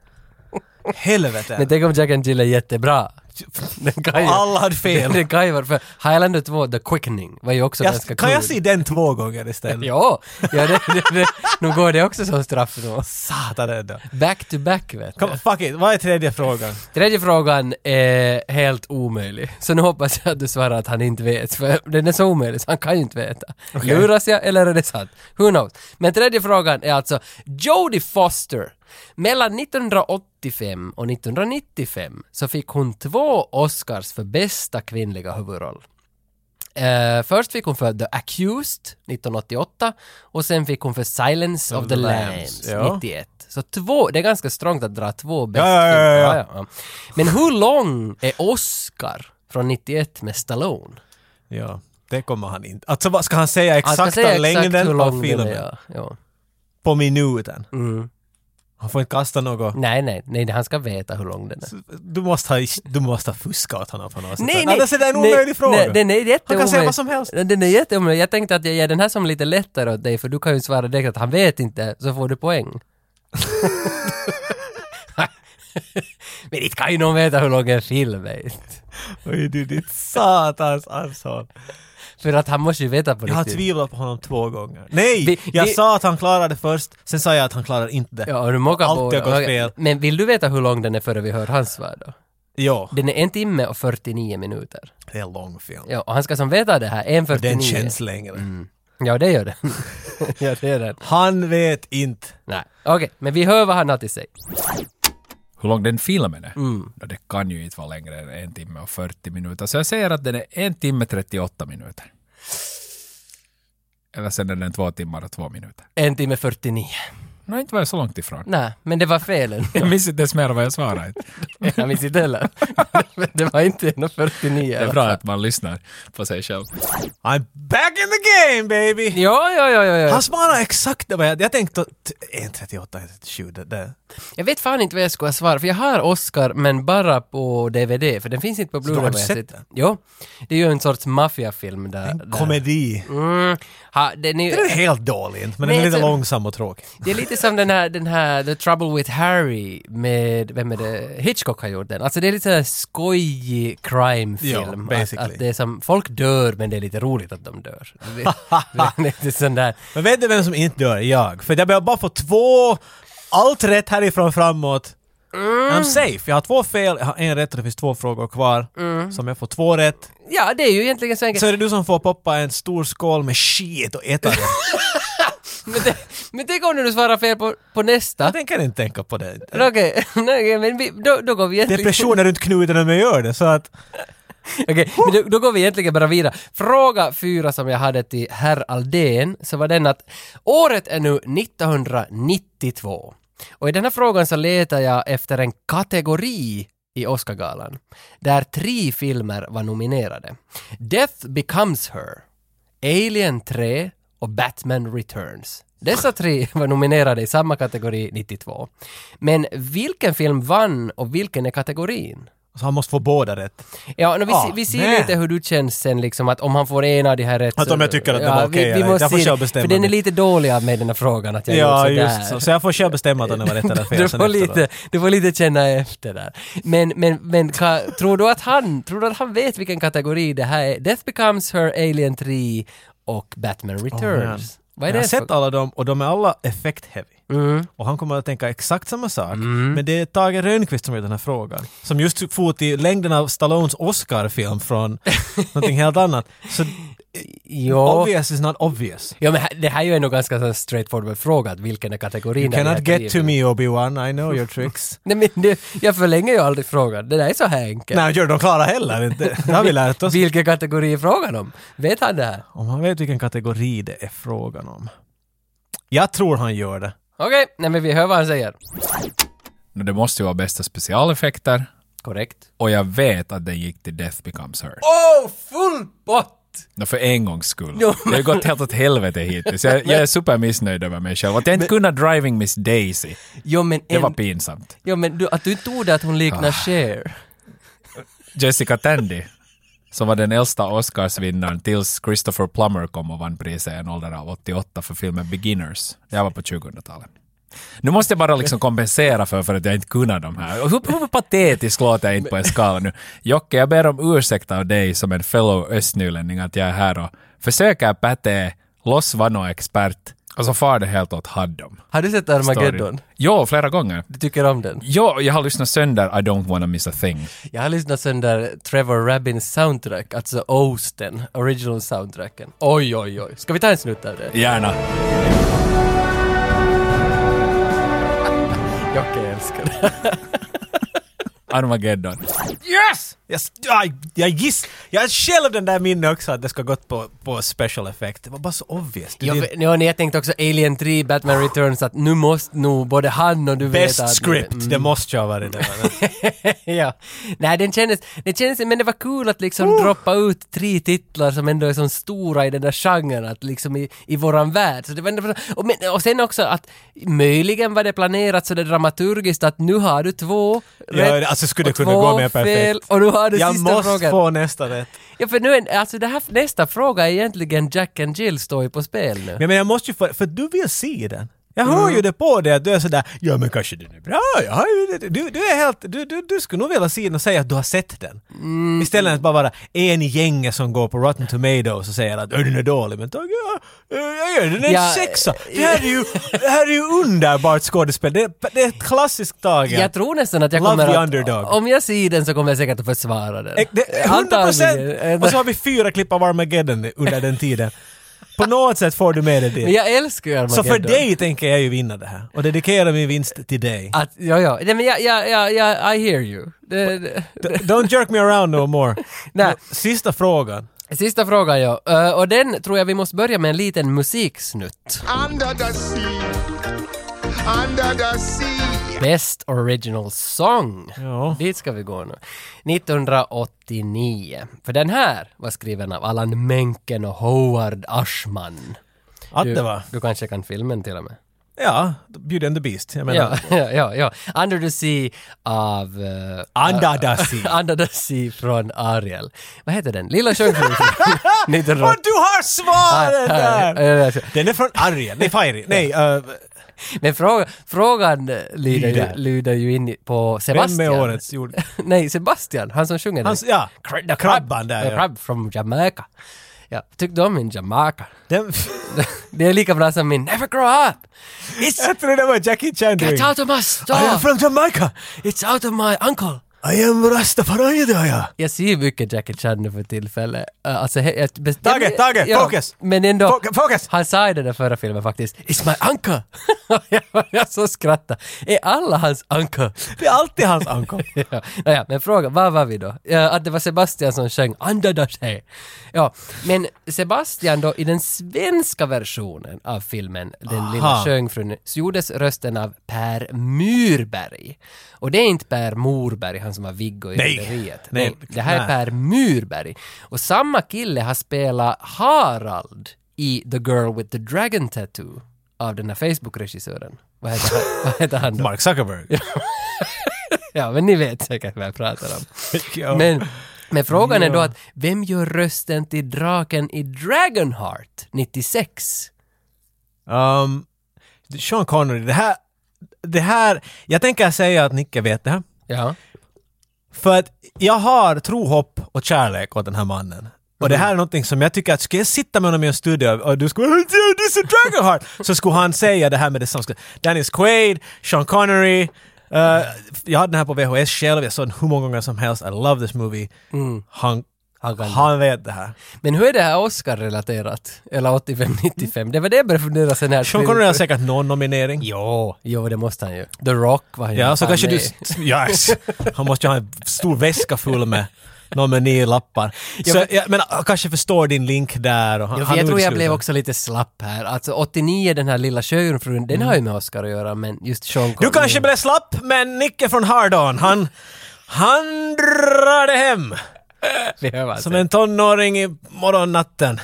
Helvete. Men tänk om Jack and Jill är jättebra. Den kan ju- Alla hade fel. Den kaivar för Highlander 2, The Quickening, var ju också ganska Jag, kan jag kul. se den två gånger istället? Ja, ja det, det, det, nu går det också som straff då. Satan ändå. Back to back vet du. Kom, fuck it, vad är tredje frågan? Tredje frågan är helt omöjlig. Så nu hoppas jag att du svarar att han inte vet, för den är så omöjlig så han kan ju inte veta. Luras jag eller är det sant? Who knows? Men tredje frågan är alltså Jodie Foster. Mellan 1985 och 1995 så fick hon två Oscars för bästa kvinnliga huvudroll. Eh, först fick hon för The Accused 1988 och sen fick hon för Silence of, the, Lambs, ja. 91. Så två, det är ganska strongt att dra två bästa Ja, ja, ja, ja. Ja, ja. Men hur lång är Oscar från 91 med Stallone? Ja, det kommer han inte. Alltså vad ska han säga Han exakta ska säga längden hur av lång den är, filmen? Ja, ja. På minuten? Mm. Han får inte kasta något. Nej, nej, nej, han ska veta hur lång den är. Du måste ha, du måste ha fuskat åt honom på något sätt. Nej, Nej, nej, alltså, det är en nej, omöjlig fråga. Nej, den är jätteomöjlig. Han kan säga vad som helst. Den är jätteomöjlig. Jag tänkte att jag ger den här som lite lättare åt dig, för du kan ju svara direkt att han vet inte, så får du poäng. Men inte kan ju någon veta hur lång en film är. Oj, du ditt satans asshole. För att han måste ju veta på Jag har riktigt. tvivlat på honom två gånger. Nej! Vi- jag vi- sa att han klarade det först, sen sa jag att han klarar inte det. Ja, och du mockar Allt på... har gått fel. Men vill du veta hur lång den är före vi hör hans svar då? Ja. Den är en timme och 49 minuter. Det är en lång film. Ja, Mm. och han ska som veta det här, en 49. Den känns längre. Ja, det gör den. ja, det gör den. Han vet inte. Nej, okej, men vi hör vad han har till sig. Hur lång den filmen Mm. är? No, det kan ju inte vara längre än en timme och 40 minuter. Så jag säger att den är en timme 38 minuter. Eller sen är den två timmar och två minuter. En timme 49. Nå, inte var jag så långt ifrån. Nej, men det var felen. Jag minns inte ens mer vad jag svarade. jag minns inte heller. Men det var inte en och 49. Det är bra att man lyssnar på sig själv. I'm back in the game baby! Ja, ja, ja, ja, ja. Han svarade exakt det vad jag... Jag tänkte att 1.38, 1.37, det där. Jag vet fan inte vad jag skulle svara, för jag har Oscar, men bara på DVD, för den finns inte på du Blu-ray. har vad jag sett sett. den? Jo. Det är ju en sorts maffiafilm där... där- Komedi. Mm, ha, den är, Den är helt dålig inte, men den Nej, är lite alltså- långsam och tråkig. det är lite som den här, den här The Trouble with Harry med, vem är det, Hitchcock har gjort den. Alltså det är lite såhär skojig crime-film. Ja, att, basically. att det är som, folk dör men det är lite roligt att de dör. Det, det är lite sån där, Men vet du vem som inte dör? Jag. För jag behöver bara få två, allt rätt härifrån framåt. Mm. I'm safe. Jag har två fel, jag har en rätt och det finns två frågor kvar. Mm. Så om jag får två rätt, ja det är ju egentligen så enkelt. så är det du som får poppa en stor skål med shit och äta det. Men, det, men tänk om du svarar fel på, på nästa. Jag tänker inte tänka på det. Men Okej, okay. men vi, då, då går vi egentligen... Depression är runt knuten om jag gör det, så att... Okej, men då, då går vi egentligen bara vidare. Fråga fyra som jag hade till herr Aldén, så var den att året är nu 1992. Och i den här frågan så letar jag efter en kategori i Oscargalan, där tre filmer var nominerade. Death becomes her, Alien 3 och Batman Returns. Dessa tre var nominerade i samma kategori 92. Men vilken film vann och vilken är kategorin? Så han måste få båda rätt. Ja, no, vi, Ah, se- vi ser nej. lite hur du känns sen liksom att om han får en av de här rätt Att om jag tycker att det var okej vi, eller vi inte. måste Jag får se- själv bestämma För den är mig. lite dålig av mig den här frågan att jag Ja, gjort sådär. just så. Så jag får själv bestämma att om det var rätt eller fel Du sen får, efteråt. lite, du får lite känna efter där. Men, men, men ka, tror, du att han, tror du att han vet vilken kategori det här är? Death becomes her, Alien 3 och Batman man. Returns. Vad är jag har det för- Mm. sett alla dem och de är alla effekt-heavy. Och han kommer att tänka exakt samma sak. Men det är Tage Rönnqvist som gör den här frågan. Som just fot i längden av Stallones Oscar-film från någonting helt annat. Så Jo. obvious is not obvious. Ja, men här- det här är ju ändå ganska så här straightforward fråga, att vilken är kategorin? You där de här cannot get tre- to me Obi-Wan, I know your tricks. Nej, men det, jag förlänger ju aldrig frågan. Det där är så här enkelt. Nej, gör de klara heller inte. Det har vi lärt oss. Vilken kategori är frågan om? Vet han det här? Om han vet vilken kategori det är frågan om. Jag tror han gör det. Okej, nej men vi hör vad han säger. Nå, det måste ju vara bästa specialeffekter. Korrekt. Och jag vet att den gick till Death becomes her. Oh, full pott! Nå, för en gångs skull. Det har ju gått helt åt helvete hittills. Jag, jag är supermissnöjd över mig själv. Att jag inte kunde Driving Miss Daisy. Jo men, Det var en, pinsamt. jo, men du, att du inte tog det att hon liknar Cher. Jessica Tandy, som var den äldsta Oscarsvinnaren tills Christopher Plummer kom och vann priset i en ålder av 88 för filmen Beginners. Det här var på 2000-talet. Nu måste jag bara liksom kompensera för, för att jag inte kunde de här. Och Hur, hur patetisk låter jag inte på en skala nu? Jocke, jag ber om ursäkt av dig som en fellow östnylänning att jag är här och försöker Päte loss vara någon expert och så far det helt åt haddom. Har du sett Armageddon? Jo, flera gånger. Du tycker om den? Jo, jag har lyssnat sönder I don't wanna miss a thing. Jag har lyssnat sönder Trevor Rabins soundtrack, alltså Osten, original soundtracken. Oj, oj, oj. Ska vi ta en snutt av det? Gärna. Jocke älskar det. Armageddon. Yes! Jag, jag, jag giss... Jag är själv den där minne också att det ska gått på, på special effect. Det var bara så obvious. Du, Jag, det- vet- ja, nej, jag tänkte också Alien 3, Batman Returns, att nu måste nog både han och du Mm. veta Best att... script, det måste jag ha varit det. ja. Nej, den kändes, den kändes, men det var kul att liksom Oh. droppa ut tre titlar som ändå är så stora i den där genren, att liksom i, i våran värld. Så det var ändå, och, men, och sen också att möjligen var det planerat så det dramaturgiskt att nu har du två ja, alltså skulle det och kunna två gå mer perfekt. fel, och nu har du jag sista måste frågan. få nästa rätt. Ja, för nu är, alltså det här, nästa fråga är egentligen Jack and Jill står ju på spel nu. Men, men jag måste ju få, för du vill se den. Jag hör Mm. ju det på dig att du är sådär, ja men kanske den är bra, jag har ju det." du, du är helt, du, du, du skulle nog vilja se den och säga att du har sett den. Mm. Istället för att bara vara en i gänget som går på Rotten Tomatoes och säger att "Ö, den är dålig, men tack, ja, ja, ja, den är en Ja, eh, sexa. Det här är ju, det här är ju underbart skådespel, det, det är ett klassiskt tag. Jag tror nästan att jag Love kommer the att, underdog. Eh, om jag ser den så kommer jag säkert att försvara den. Det- 100 Antagligen. procent! Och så har vi fyra klipp av Armageddon under den tiden. På något sätt får du med dig det. Men jag älskar ju Armageddon. Så för dig tänker jag ju vinna det här och dedikera min vinst till dig. Att, ja, ja. Nej, men jag, jag, jag, jag, I hear you. Det, det, D- Don't jerk me around no more. Nej. Sista frågan. Sista frågan ja. Eh, och den tror jag vi måste börja med en liten musiksnutt. Under the sea. Under the sea. Best Original Song. Ja. Dit ska vi gå nu. 1989. För den här var skriven av Allan Menken och Howard Ashman. Att Du, det var. du kanske kan filmen till och med. Ja, Beauty and the Beast. Jag menar. Ja, ja, ja, ja. Under the Sea av... Uh, Under the sea. Under the Sea från Ariel. Vad heter den? Lilla Sjöjungfrun. 1980. Och du har svaren där! Ja, ja. Den är från Arjen, nej Fairy, nej uh, Men fråga, frågan lyder Lyder. ju, lyder ju in i- på vem Sebastian. med årets jord? Nej, Sebastian, han som sjunger Hans, ja, Cra- the krabban där The ja. Crab from Jamaica. Ja, tyckte om min Jamaica. Den, Det är lika bra som min Never Grow Up. It's, jag tror det var Jackie Chan it's doing. out of my I am store. from Jamaica! It's out of my uncle. I am rastafari det är jag! Jag ser mycket Jackie Chan nu för tillfället. Uh, Alltså, he- jag, best- Tage, men- Tage, focus! Men ändå. Fo- focus! Han sa i den där förra filmen faktiskt, It's my uncle! jag, jag så skratta. Är alla hans uncle? Det är alltid hans ankom. ja, naja, men fråga, var var vi då? Ja, att det var Sebastian som sjöng Under the sea. Ja, men Sebastian då i den svenska versionen av filmen Den lilla Aha. sjöjungfrun så gjordes rösten av Per Myrberg. Och det är inte Per Morberg, han som var Viggo i Nej. Rederiet. Nej, Det här är nej. Per Myrberg. Och samma kille har spelat Harald i The Girl with the Dragon Tattoo av den här Facebook-regissören. Vad heter han, vad heter han då? Mark Zuckerberg. Ja, men ni vet säkert vad jag pratar om. Men, men frågan är då att vem gör rösten till draken i Dragonheart 96? Um, Sean Connery, det här, det här... Jag tänker säga att Nicke vet det här. Ja. För att jag har tro, hopp och kärlek åt den här mannen. Och det här är någonting som jag tycker att skulle jag sitta med honom i en studio och du skulle “This is Dragonheart” så skulle han säga det här med detsamma. Dennis Quaid, Sean Connery. eh, jag hade den här på VHS själv, jag såg den hur många gånger som helst. I love this movie. Han, Han kan- Mm. han vet det här. Men hur är det här Oscar-relaterat? Eller 85-95? Det var det jag började fundera sen här. Sean Connery alltså. har säkert någon nominering. Jo, jo, det måste han ju. The Rock var ju Ja, så fan kanske med. du... Yes. Han måste ju ha en stor väska full med nominilappar. Så, men- jag, men jag kanske förstår din link där. Och han, Ja, för han jag tror jag utesluter. blev också lite slapp här. Alltså 89, den här lilla sjöjungfrun, den har ju med Oscar att göra, men just Sean Du Connery. kanske blev slapp, men Nicke från Hardon, han... Han drar det hem! blev Som en tonåring i morgonnatten.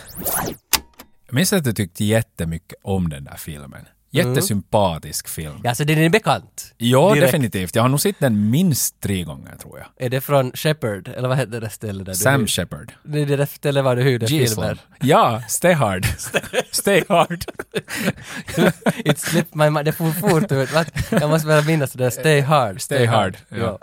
Jag minns att du tyckte jättemycket om den där filmen. Jättesympatisk film. Ja, så den är bekant. Ja, Mm. Direkt. definitivt. Jag har nog sett den minst tre gånger, tror jag. Är det från Shepard, eller vad heter det stället där Sam du... Shepard. Det är det där stället var du hyrde Gislam. filmer. Ja, Stay Hard. Stay Hard. It slipped my mind. Det for fort ut. Va? Jag måste bara minnas det där. Stay hard. Stay hard. Ja.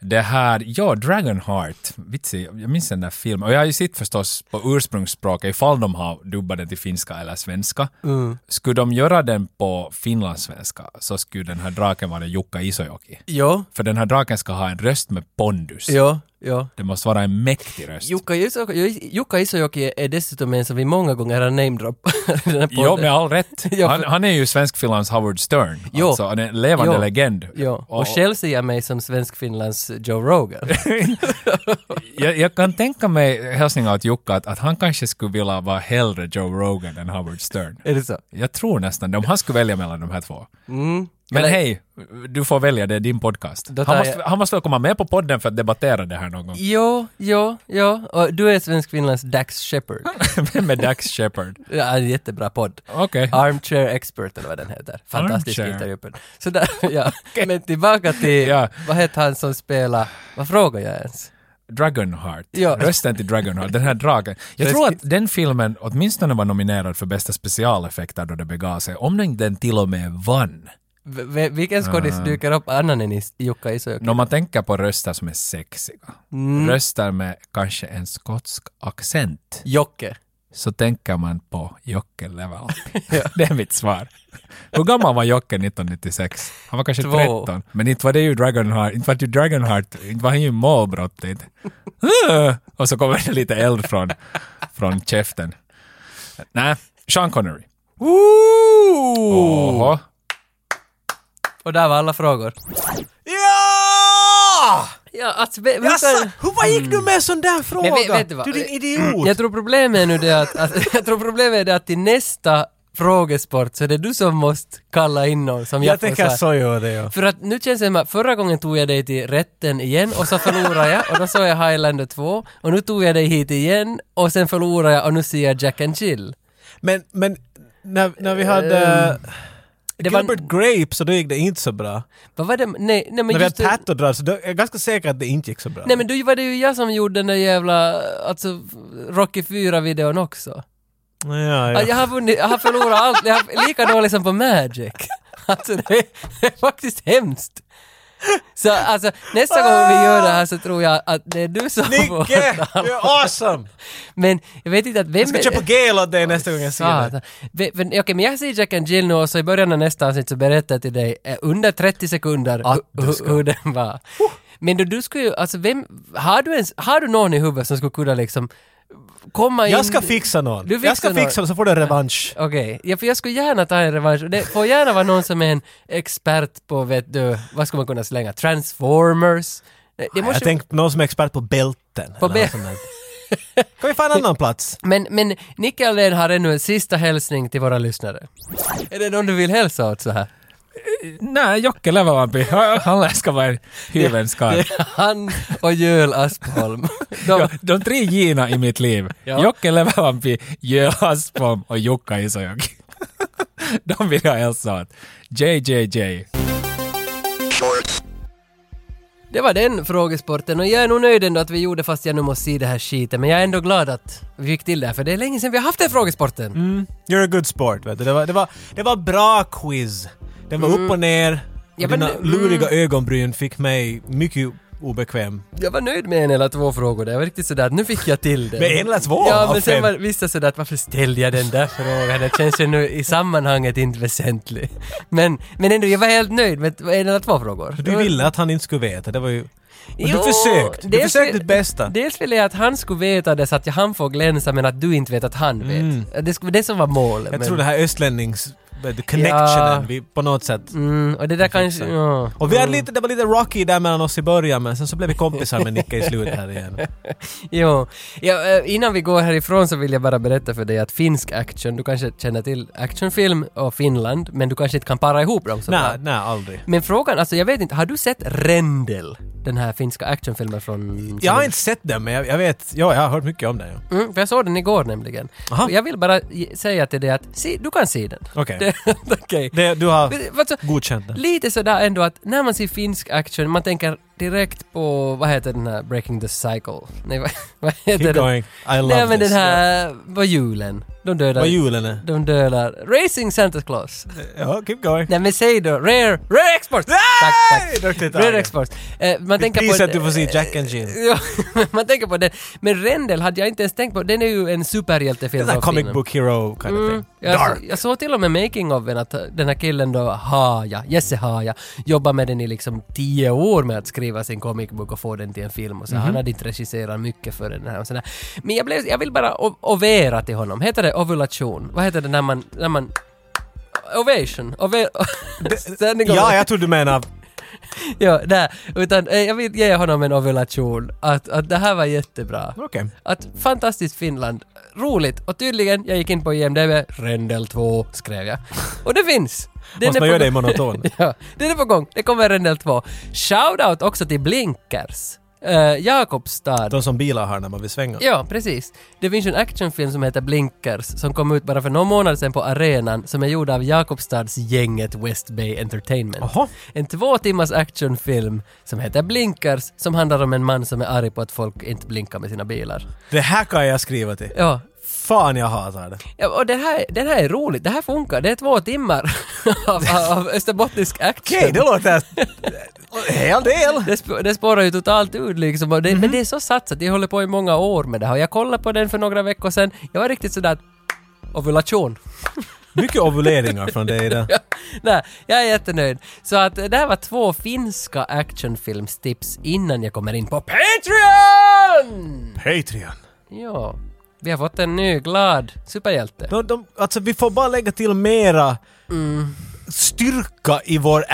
Det här, ja, Dragonheart. Vitsig, jag minns den där filmen. Och jag har ju sett förstås på ursprungsspråket, ifall de har dubbat den till finska eller svenska. Mm. Skulle de göra den på finlandssvenska så skulle den här draken vara Jukka Isojoki. Jo, För den här draken ska ha en röst med pondus. jo, jo. Det måste vara en mäktig röst. Jukka, Iso, Jukka Isojoki är dessutom en som vi många gånger har namedroppat i den här podden. Jo, med all rätt. Ja, Han, för- han är ju svensk-finlands Howard Stern. Jo. Alltså, han är en levande Jo. legend. Jo. Och själv ser jag mig som svensk-finlands Joe Rogan. jag, jag kan tänka mig, hälsningar åt Jukka, att, att han kanske skulle vilja vara hellre Joe Rogan än Howard Stern. är det så? Jag tror nästan det, om han skulle välja mellan de här två. Men Mm. Eller- hej, du får välja, det är din podcast. Då tar Han måste, jag- han måste väl komma med på podden för att debattera det här någon gång. Jo, jo, jo. Och du är svensk-finlands Dax Shepard. med Dax Shepard. Ja, en jättebra podd. Okej. Armchair Expert eller vad den heter. Fantastisk Armchair. intervjupodd. Så där, ja. Men tillbaka till, Ja. vad heter han som spelar, vad frågar jag ens? Dragonheart. Ja. Rösten till Dragonheart, den här draken. Jag Det tror sk- att den filmen åtminstone var nominerad för bästa specialeffekter då det begav sig, om den, den till och med vann. V- v- vilken skådis dyker upp annan än Is- Jukka Isojoki? När man tänker på röster som är sexiga, röster med kanske en skotsk accent, Jocke. så tänker man på Jocke Levalpi. Det är mitt svar. Hur gammal var Jocke 1996? Han var kanske Två. 13. Men inte var det ju Dragonheart, inte var det ju Dragonheart, inte var han ju målbrott inte. Ah! Och så kommer det lite eld från, från käften. Nej, Sean Connery. Ooh! Oho. Och där var alla frågor. Ja! Ja, alltså, ve- Jag sa, vänta. hur, vad gick du med en sån där fråga? vet- vet du vad? din idiot! jag tror problemet är nu det att, att, jag tror problemet är det att till nästa frågesport så är det du som måste kalla in någon som jag, får tänker så här- så gör det ja. För att nu känns det som att förra gången tog jag dig till rätten igen och så förlorade jag och då såg jag Highlander 2 och nu tog jag dig hit igen och sen förlorade jag och nu ser jag Jack and Jill. Men, men när, när vi hade Ehm. äh, Det var, Gilbert Grape så då gick det inte så bra. vad var det? Nej, nej men när vi just hade det, Pat och Drudge så då, jag är ganska säker att det inte gick så bra. Nej men då var det ju jag som gjorde den där jävla, alltså Rocky 4-videon också. ja, ja. Jag har, vunnit, jag har förlorat allt, jag är lika dålig som på Magic. Alltså det är, det är faktiskt hemskt. Så alltså nästa gång vi gör det här så tror jag att det är du som Nicke! Du är awesome! Men jag vet inte att vem Jag ska köpa gel åt dig nästa gång jag ser dig. Satan. Ve- men Okej, men jag ser Jack and Jill nu och så i början av nästa avsnitt så berättar jag till dig eh, under 30 sekunder Att hu- du hu- ska. hur den var. Men då du skulle ju, alltså vem, har du ens, har du någon i huvudet som skulle kunna liksom komma in? Jag ska fixa någon. Du jag ska fixar någon. fixa någon så får du revansch. Okej, ja, för jag skulle gärna ta en revansch. Det får gärna vara någon som är en expert på, vet du, vad skulle man kunna slänga? Transformers? Nej, Det Jag tänkte någon som är expert på bälten. På eller något bäl- sånt där. kan vi få en annan plats? Men, men Nick Alén har ännu en sista hälsning till våra lyssnare. Är det någon du vill hälsa åt så här? Nej, Jocke Levalpi, han ska vara en hyvens karl. Det är han och Joel Aspholm. De, Ja, de tre Gina i mitt liv. Ja. Jocke Levälampi, Joel Aspholm och Jukka Isojoki. De vill jag hälsa åt. JJJ. det var den frågesporten och jag är nog nöjd ändå att vi gjorde fast jag nu måste se det här skiten. Men jag är ändå glad att vi fick till det här för det är länge sedan vi har haft den frågesporten. Mm. You're a good sport, vet du. Det var, det var, det var bra quiz. Den var upp och ner. Mm. Ja, och men- mm. dina luriga ögonbryn fick mig mycket obekväm. Jag var nöjd med en eller två frågor där. Jag var riktigt sådär att nu fick jag till det. Med en eller två Ja, av men sen fem. var vissa sådär att varför ställde jag den där frågan? Det känns ju nu i sammanhanget inte väsentlig. Men, men ändå, jag var helt nöjd med en eller två frågor. Det Du var- ville att han inte skulle veta. Det var ju... Men Jo, du försökte. Du dels försökte vill- ditt bästa. Dels ville jag att han skulle veta det så att jag- han får glänsa men att du inte vet att han vet. Det skulle det som var målet. Mm. Jag men, tror det här östlännings... vet du, Connectionen, Ja. vi, på något sätt. Mm, och det där kanske... Ja. Och vi hade lite, det var lite rocky där mellan oss i början men sen så blev vi kompisar med Nicke i slutet här igen. Jo. Ja, eh, innan vi går härifrån så vill jag bara berätta för dig att finsk action, du kanske känner till actionfilm och Finland, men du kanske inte kan para ihop dem så bra. Nej, nej aldrig. Men frågan, alltså jag vet inte, har du sett Rendel? Den här finska actionfilmen från... Jag har inte sett den men jag, jag vet, ja jag har hört mycket om den. Ja. Mm, för jag såg den igår nämligen. Aha. Och jag vill bara ge- säga till dig att se, du kan se den. Okej. Det, Okej. Det, du har Men, alltså, godkänt det. Lite sådär ändå att när man ser finsk action, man tänker direkt på, vad heter den här Breaking the Cycle? Nej, vad, vad heter Keep den? going. I love Nej men this. den här, vad julen? De dödar... Vad julen är. De dödar Racing Santa Claus. Ja, keep going. Nej men säg då, Rare, Rare Export! Tack, tack. Dock lite Rare arg. Export. Eh, man Vi tänker på... eh, prisar att du får se Jack and Jill. Ja, man tänker på den. Men Rendell hade jag inte ens tänkt på. Den är ju en superhjältefilm. Den här av comic filmen. book hero kind of eh, Mm. thing. Jag, Dark. jag såg till och med making of att eh, den här killen då, Haja, Jesse Haja, jobbar med den i liksom tio år med att skriva sin comic book och få den till en film och så. Mhm. Han hade inte regisserat mycket för den här och sådär. Men jag, blev, jag vill bara o- overa till honom. Heter det ovulation? Vad heter det när man, när man Ovation? Ove- Standing Ja, ovation. jag tror du menar... ja, nej, utan eh, jag vill ge honom en ovulation. Att, att det här var jättebra. Okej. Att fantastiskt Finland, roligt och tydligen, jag gick in på IMDB, Rendel 2 skrev jag. Och det finns! Den Måste man på göra det i gång. monoton? ja, den är på gång, det kommer Rendel 2. Shoutout också till Blinkers, uh, Jakobstad. De som bilar har när man vill svänga. Ja, precis. Det finns ju en actionfilm som heter Blinkers som kom ut bara för några månader sedan på arenan som är gjord av Jakobstadsgänget West Bay Entertainment. Jaha. En två timmars actionfilm som heter Blinkers som handlar om en man som är arg på att folk inte blinkar med sina bilar. Det här kan jag skriva till. Ja, Fan, jag hatar det. Ja, och den här, den här är rolig, det här funkar, det är två timmar av, av, av österbottnisk action. Okej, det låter... En hel del. Det, sp- det spårar ju totalt ut liksom, och det, men det är så satsat, jag håller på i många år med det här. Jag kollade på den för några veckor sedan, jag var riktigt sådär att ovulation. Mycket ovuleringar från dig där. Nej, jag är jättenöjd. Så att eh, det här var två finska actionfilmstips innan jag kommer in på Patreon! Patreon. Ja, vi har fått en ny glad superhjälte. De, de, alltså vi får bara lägga till mera Mm. styrka i vår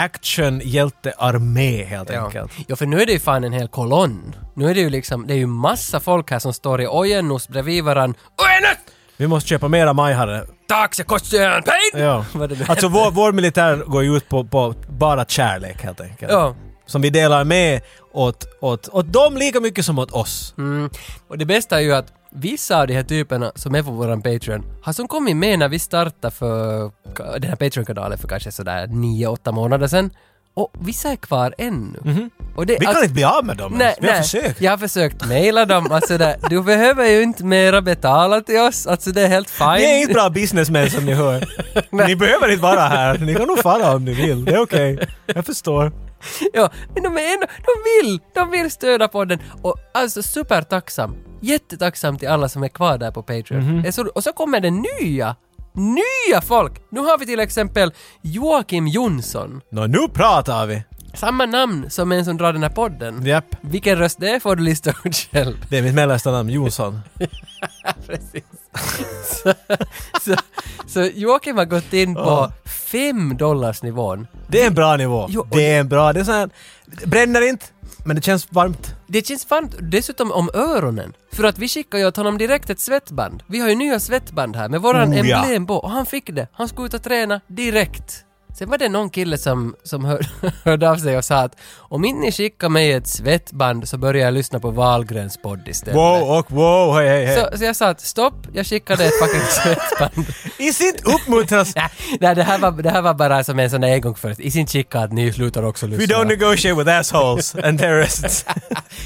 actionhjältearmé helt Ja. enkelt. ja, för nu är det ju fan en hel kolonn. Nu är det ju liksom, det är ju massa folk här som står i ojennus bredvid varann. Ojennus! Vi måste köpa mera majhare. Tack så kostar Ja. Vad det nu alltså vår, vår militär går ju ut på, på bara kärlek helt enkelt. Ja. Som vi delar med åt, åt, åt dem lika mycket som åt oss. Mm. Och det bästa är ju att vissa av de här typerna som är på våran Patreon har som kommit med när vi startade för ka- den här Patreon-kanalen för kanske sådär 9-8 månader sedan. Och vissa är kvar ännu. Och det, Mhm. Vi kan alltså- inte bli av med dem Nej, ens. Vi har nej. försökt. Jag har försökt mejla dem. Alltså det, du behöver ju inte mera betala till oss. Alltså det är helt fine. Ni är inte bra businessmän som ni hör. ni behöver inte vara här. Ni kan nog fara om ni vill. Det är okej. Jag förstår. Ja, men de är ändå, de vill, de vill stödja podden. Och alltså supertacksam, jättetacksam till alla som är kvar där på Patreon. Det är Så, och så kommer det nya, nya folk! Nu har vi till exempel Joakim Jonsson, Nå, nu pratar vi. samma namn som en som drar den här podden. Japp. Vilken röst det är får du lista ut själv. Det är mitt mellersta namn, Jonsson. Precis. så, så, så Joakim har gått in på Ja. fem dollars nivån. Det är en bra nivå. Jo, och- det är en bra, det är sån här, det bränner inte, men det känns varmt. Det känns varmt dessutom om öronen. För att vi skickade ju åt honom direkt ett svettband. Vi har ju nya svettband här med våran Oh, ja. emblem på och han fick det. Han skulle ut och träna direkt. Sen var det någon kille som, som hör, hörde av sig och sa att om inte ni skickar mig ett svettband så börjar jag lyssna på Wahlgrens podd istället. Wow och wow, hej hej hej. Så, så jag sa att stopp, jag skickade ett fucking svettband. I sitt uppmuntras, Nej, det här, var, det här var bara som en sån där engångsförelse. I sin chicka att ni slutar också we lyssna. don't negotiate with assholes and terrorists.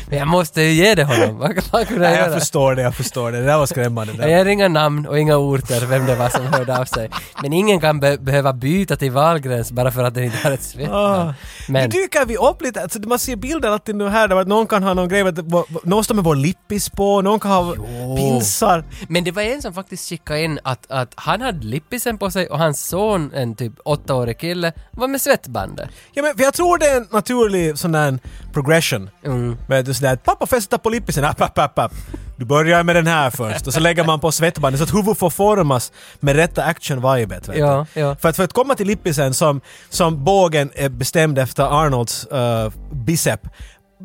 Men jag måste ju ge det honom. Vad, vad kunde jag Nej, jag göra? förstår det, jag förstår det. Det där var skrämmande. Det Jag där. ger inga namn och inga orter vem det var som hörde av sig. Men ingen kan be- behöva byta till valgräns bara för att den inte har ett svettband. Ah. Men Nu dyker vi upp lite, alltså, man ser bilder alltid nu här där någon kan ha någon grej, med- någon står med vår lippis på, någon kan ha pinsar. Men det var en som faktiskt skickade in att, att han hade lippisen på sig och hans son, en typ åttaårig kille, var med svettbandet. Ja, men, för jag tror det är en naturlig sån där progression. Mm. Men det är sådär, pappa fästa på lippisen, app, app, app, app. Du börjar med den här först och så lägger man på svettbandet så att huvudet får formas med rätta action-vibet. vet Ja, du. ja. För, att, för att komma till lippisen som, som bågen är bestämd efter Arnolds eh, bicep,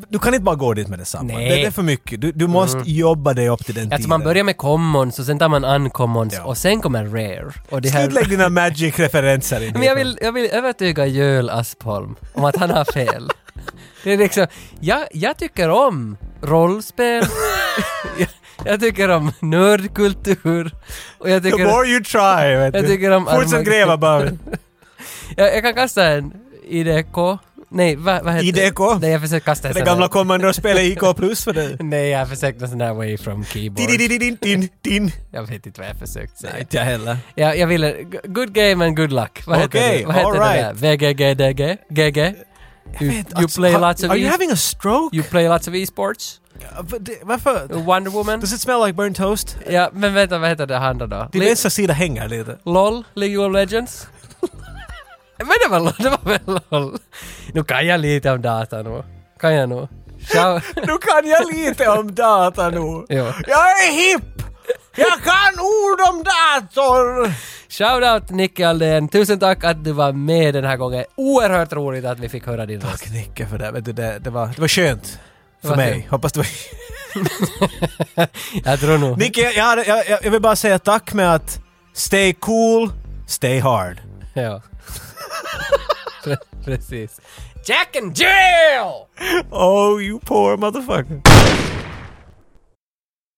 du kan inte bara gå dit med detsamma. Nej. Det, det är för mycket. Du, du måste jobba dig upp till den Alltså tiden. man börjar med commons och sen tar man uncommons Ja. och sen kommer rare. Och det Slut lägg dina magic-referenser in Men jag vill, jag vill övertyga Jöl Aspholm om att han har fel. Det är liksom, jag, jag tycker om rollspel. jag, jag tycker om nördkultur. Och jag The tycker... more you try, vet Jag du. tycker om Fortsätt Armageddon. gräva bara. Jag, jag kan kasta en IDK. Nej, vad vad heter IDK? Nej, jag försöker kasta en Det sån gamla där. kommandospelet IK plus för dig. Nej, jag försökte en sån där away from keyboard. Din, din, din. Jag vet inte vad jag försökte säga. Nej, inte jag heller. Jag, jag ville... g- Good game and good luck. Vad heter Okej, det? Vad heter alright. det där? VGGDG? GG? You, you play lots of... alltså, Are you e- having a stroke? you play lots of e-sports? Vad det- Varför? Wonder Woman? Does it smell like burnt toast? Ja, men vänta, vad heter det andra då? Din Le- vänstra sida hänger lite. LOL? League of Legends? men det var LOL, det var väl LOL? Nu kan jag lite om data nu. Kan jag nu? Ciao. Nu kan jag lite om data nu. Jo. Jag är hipp! Jag kan ord om dator! Shoutout Nicke Aldén, tusen tack att du var med den här gången. Oerhört roligt att vi fick höra din röst. Tack Nicke för det. Vet du, det, det, var, det var skönt. För Vad mig. kul. Hoppas det var... Jag tror nog. Nicke, jag, hade- jag, jag, jag vill bara säga tack med att stay cool, stay hard. Ja. Pre- Precis. Jack and Jill! Oh, you poor motherfucker.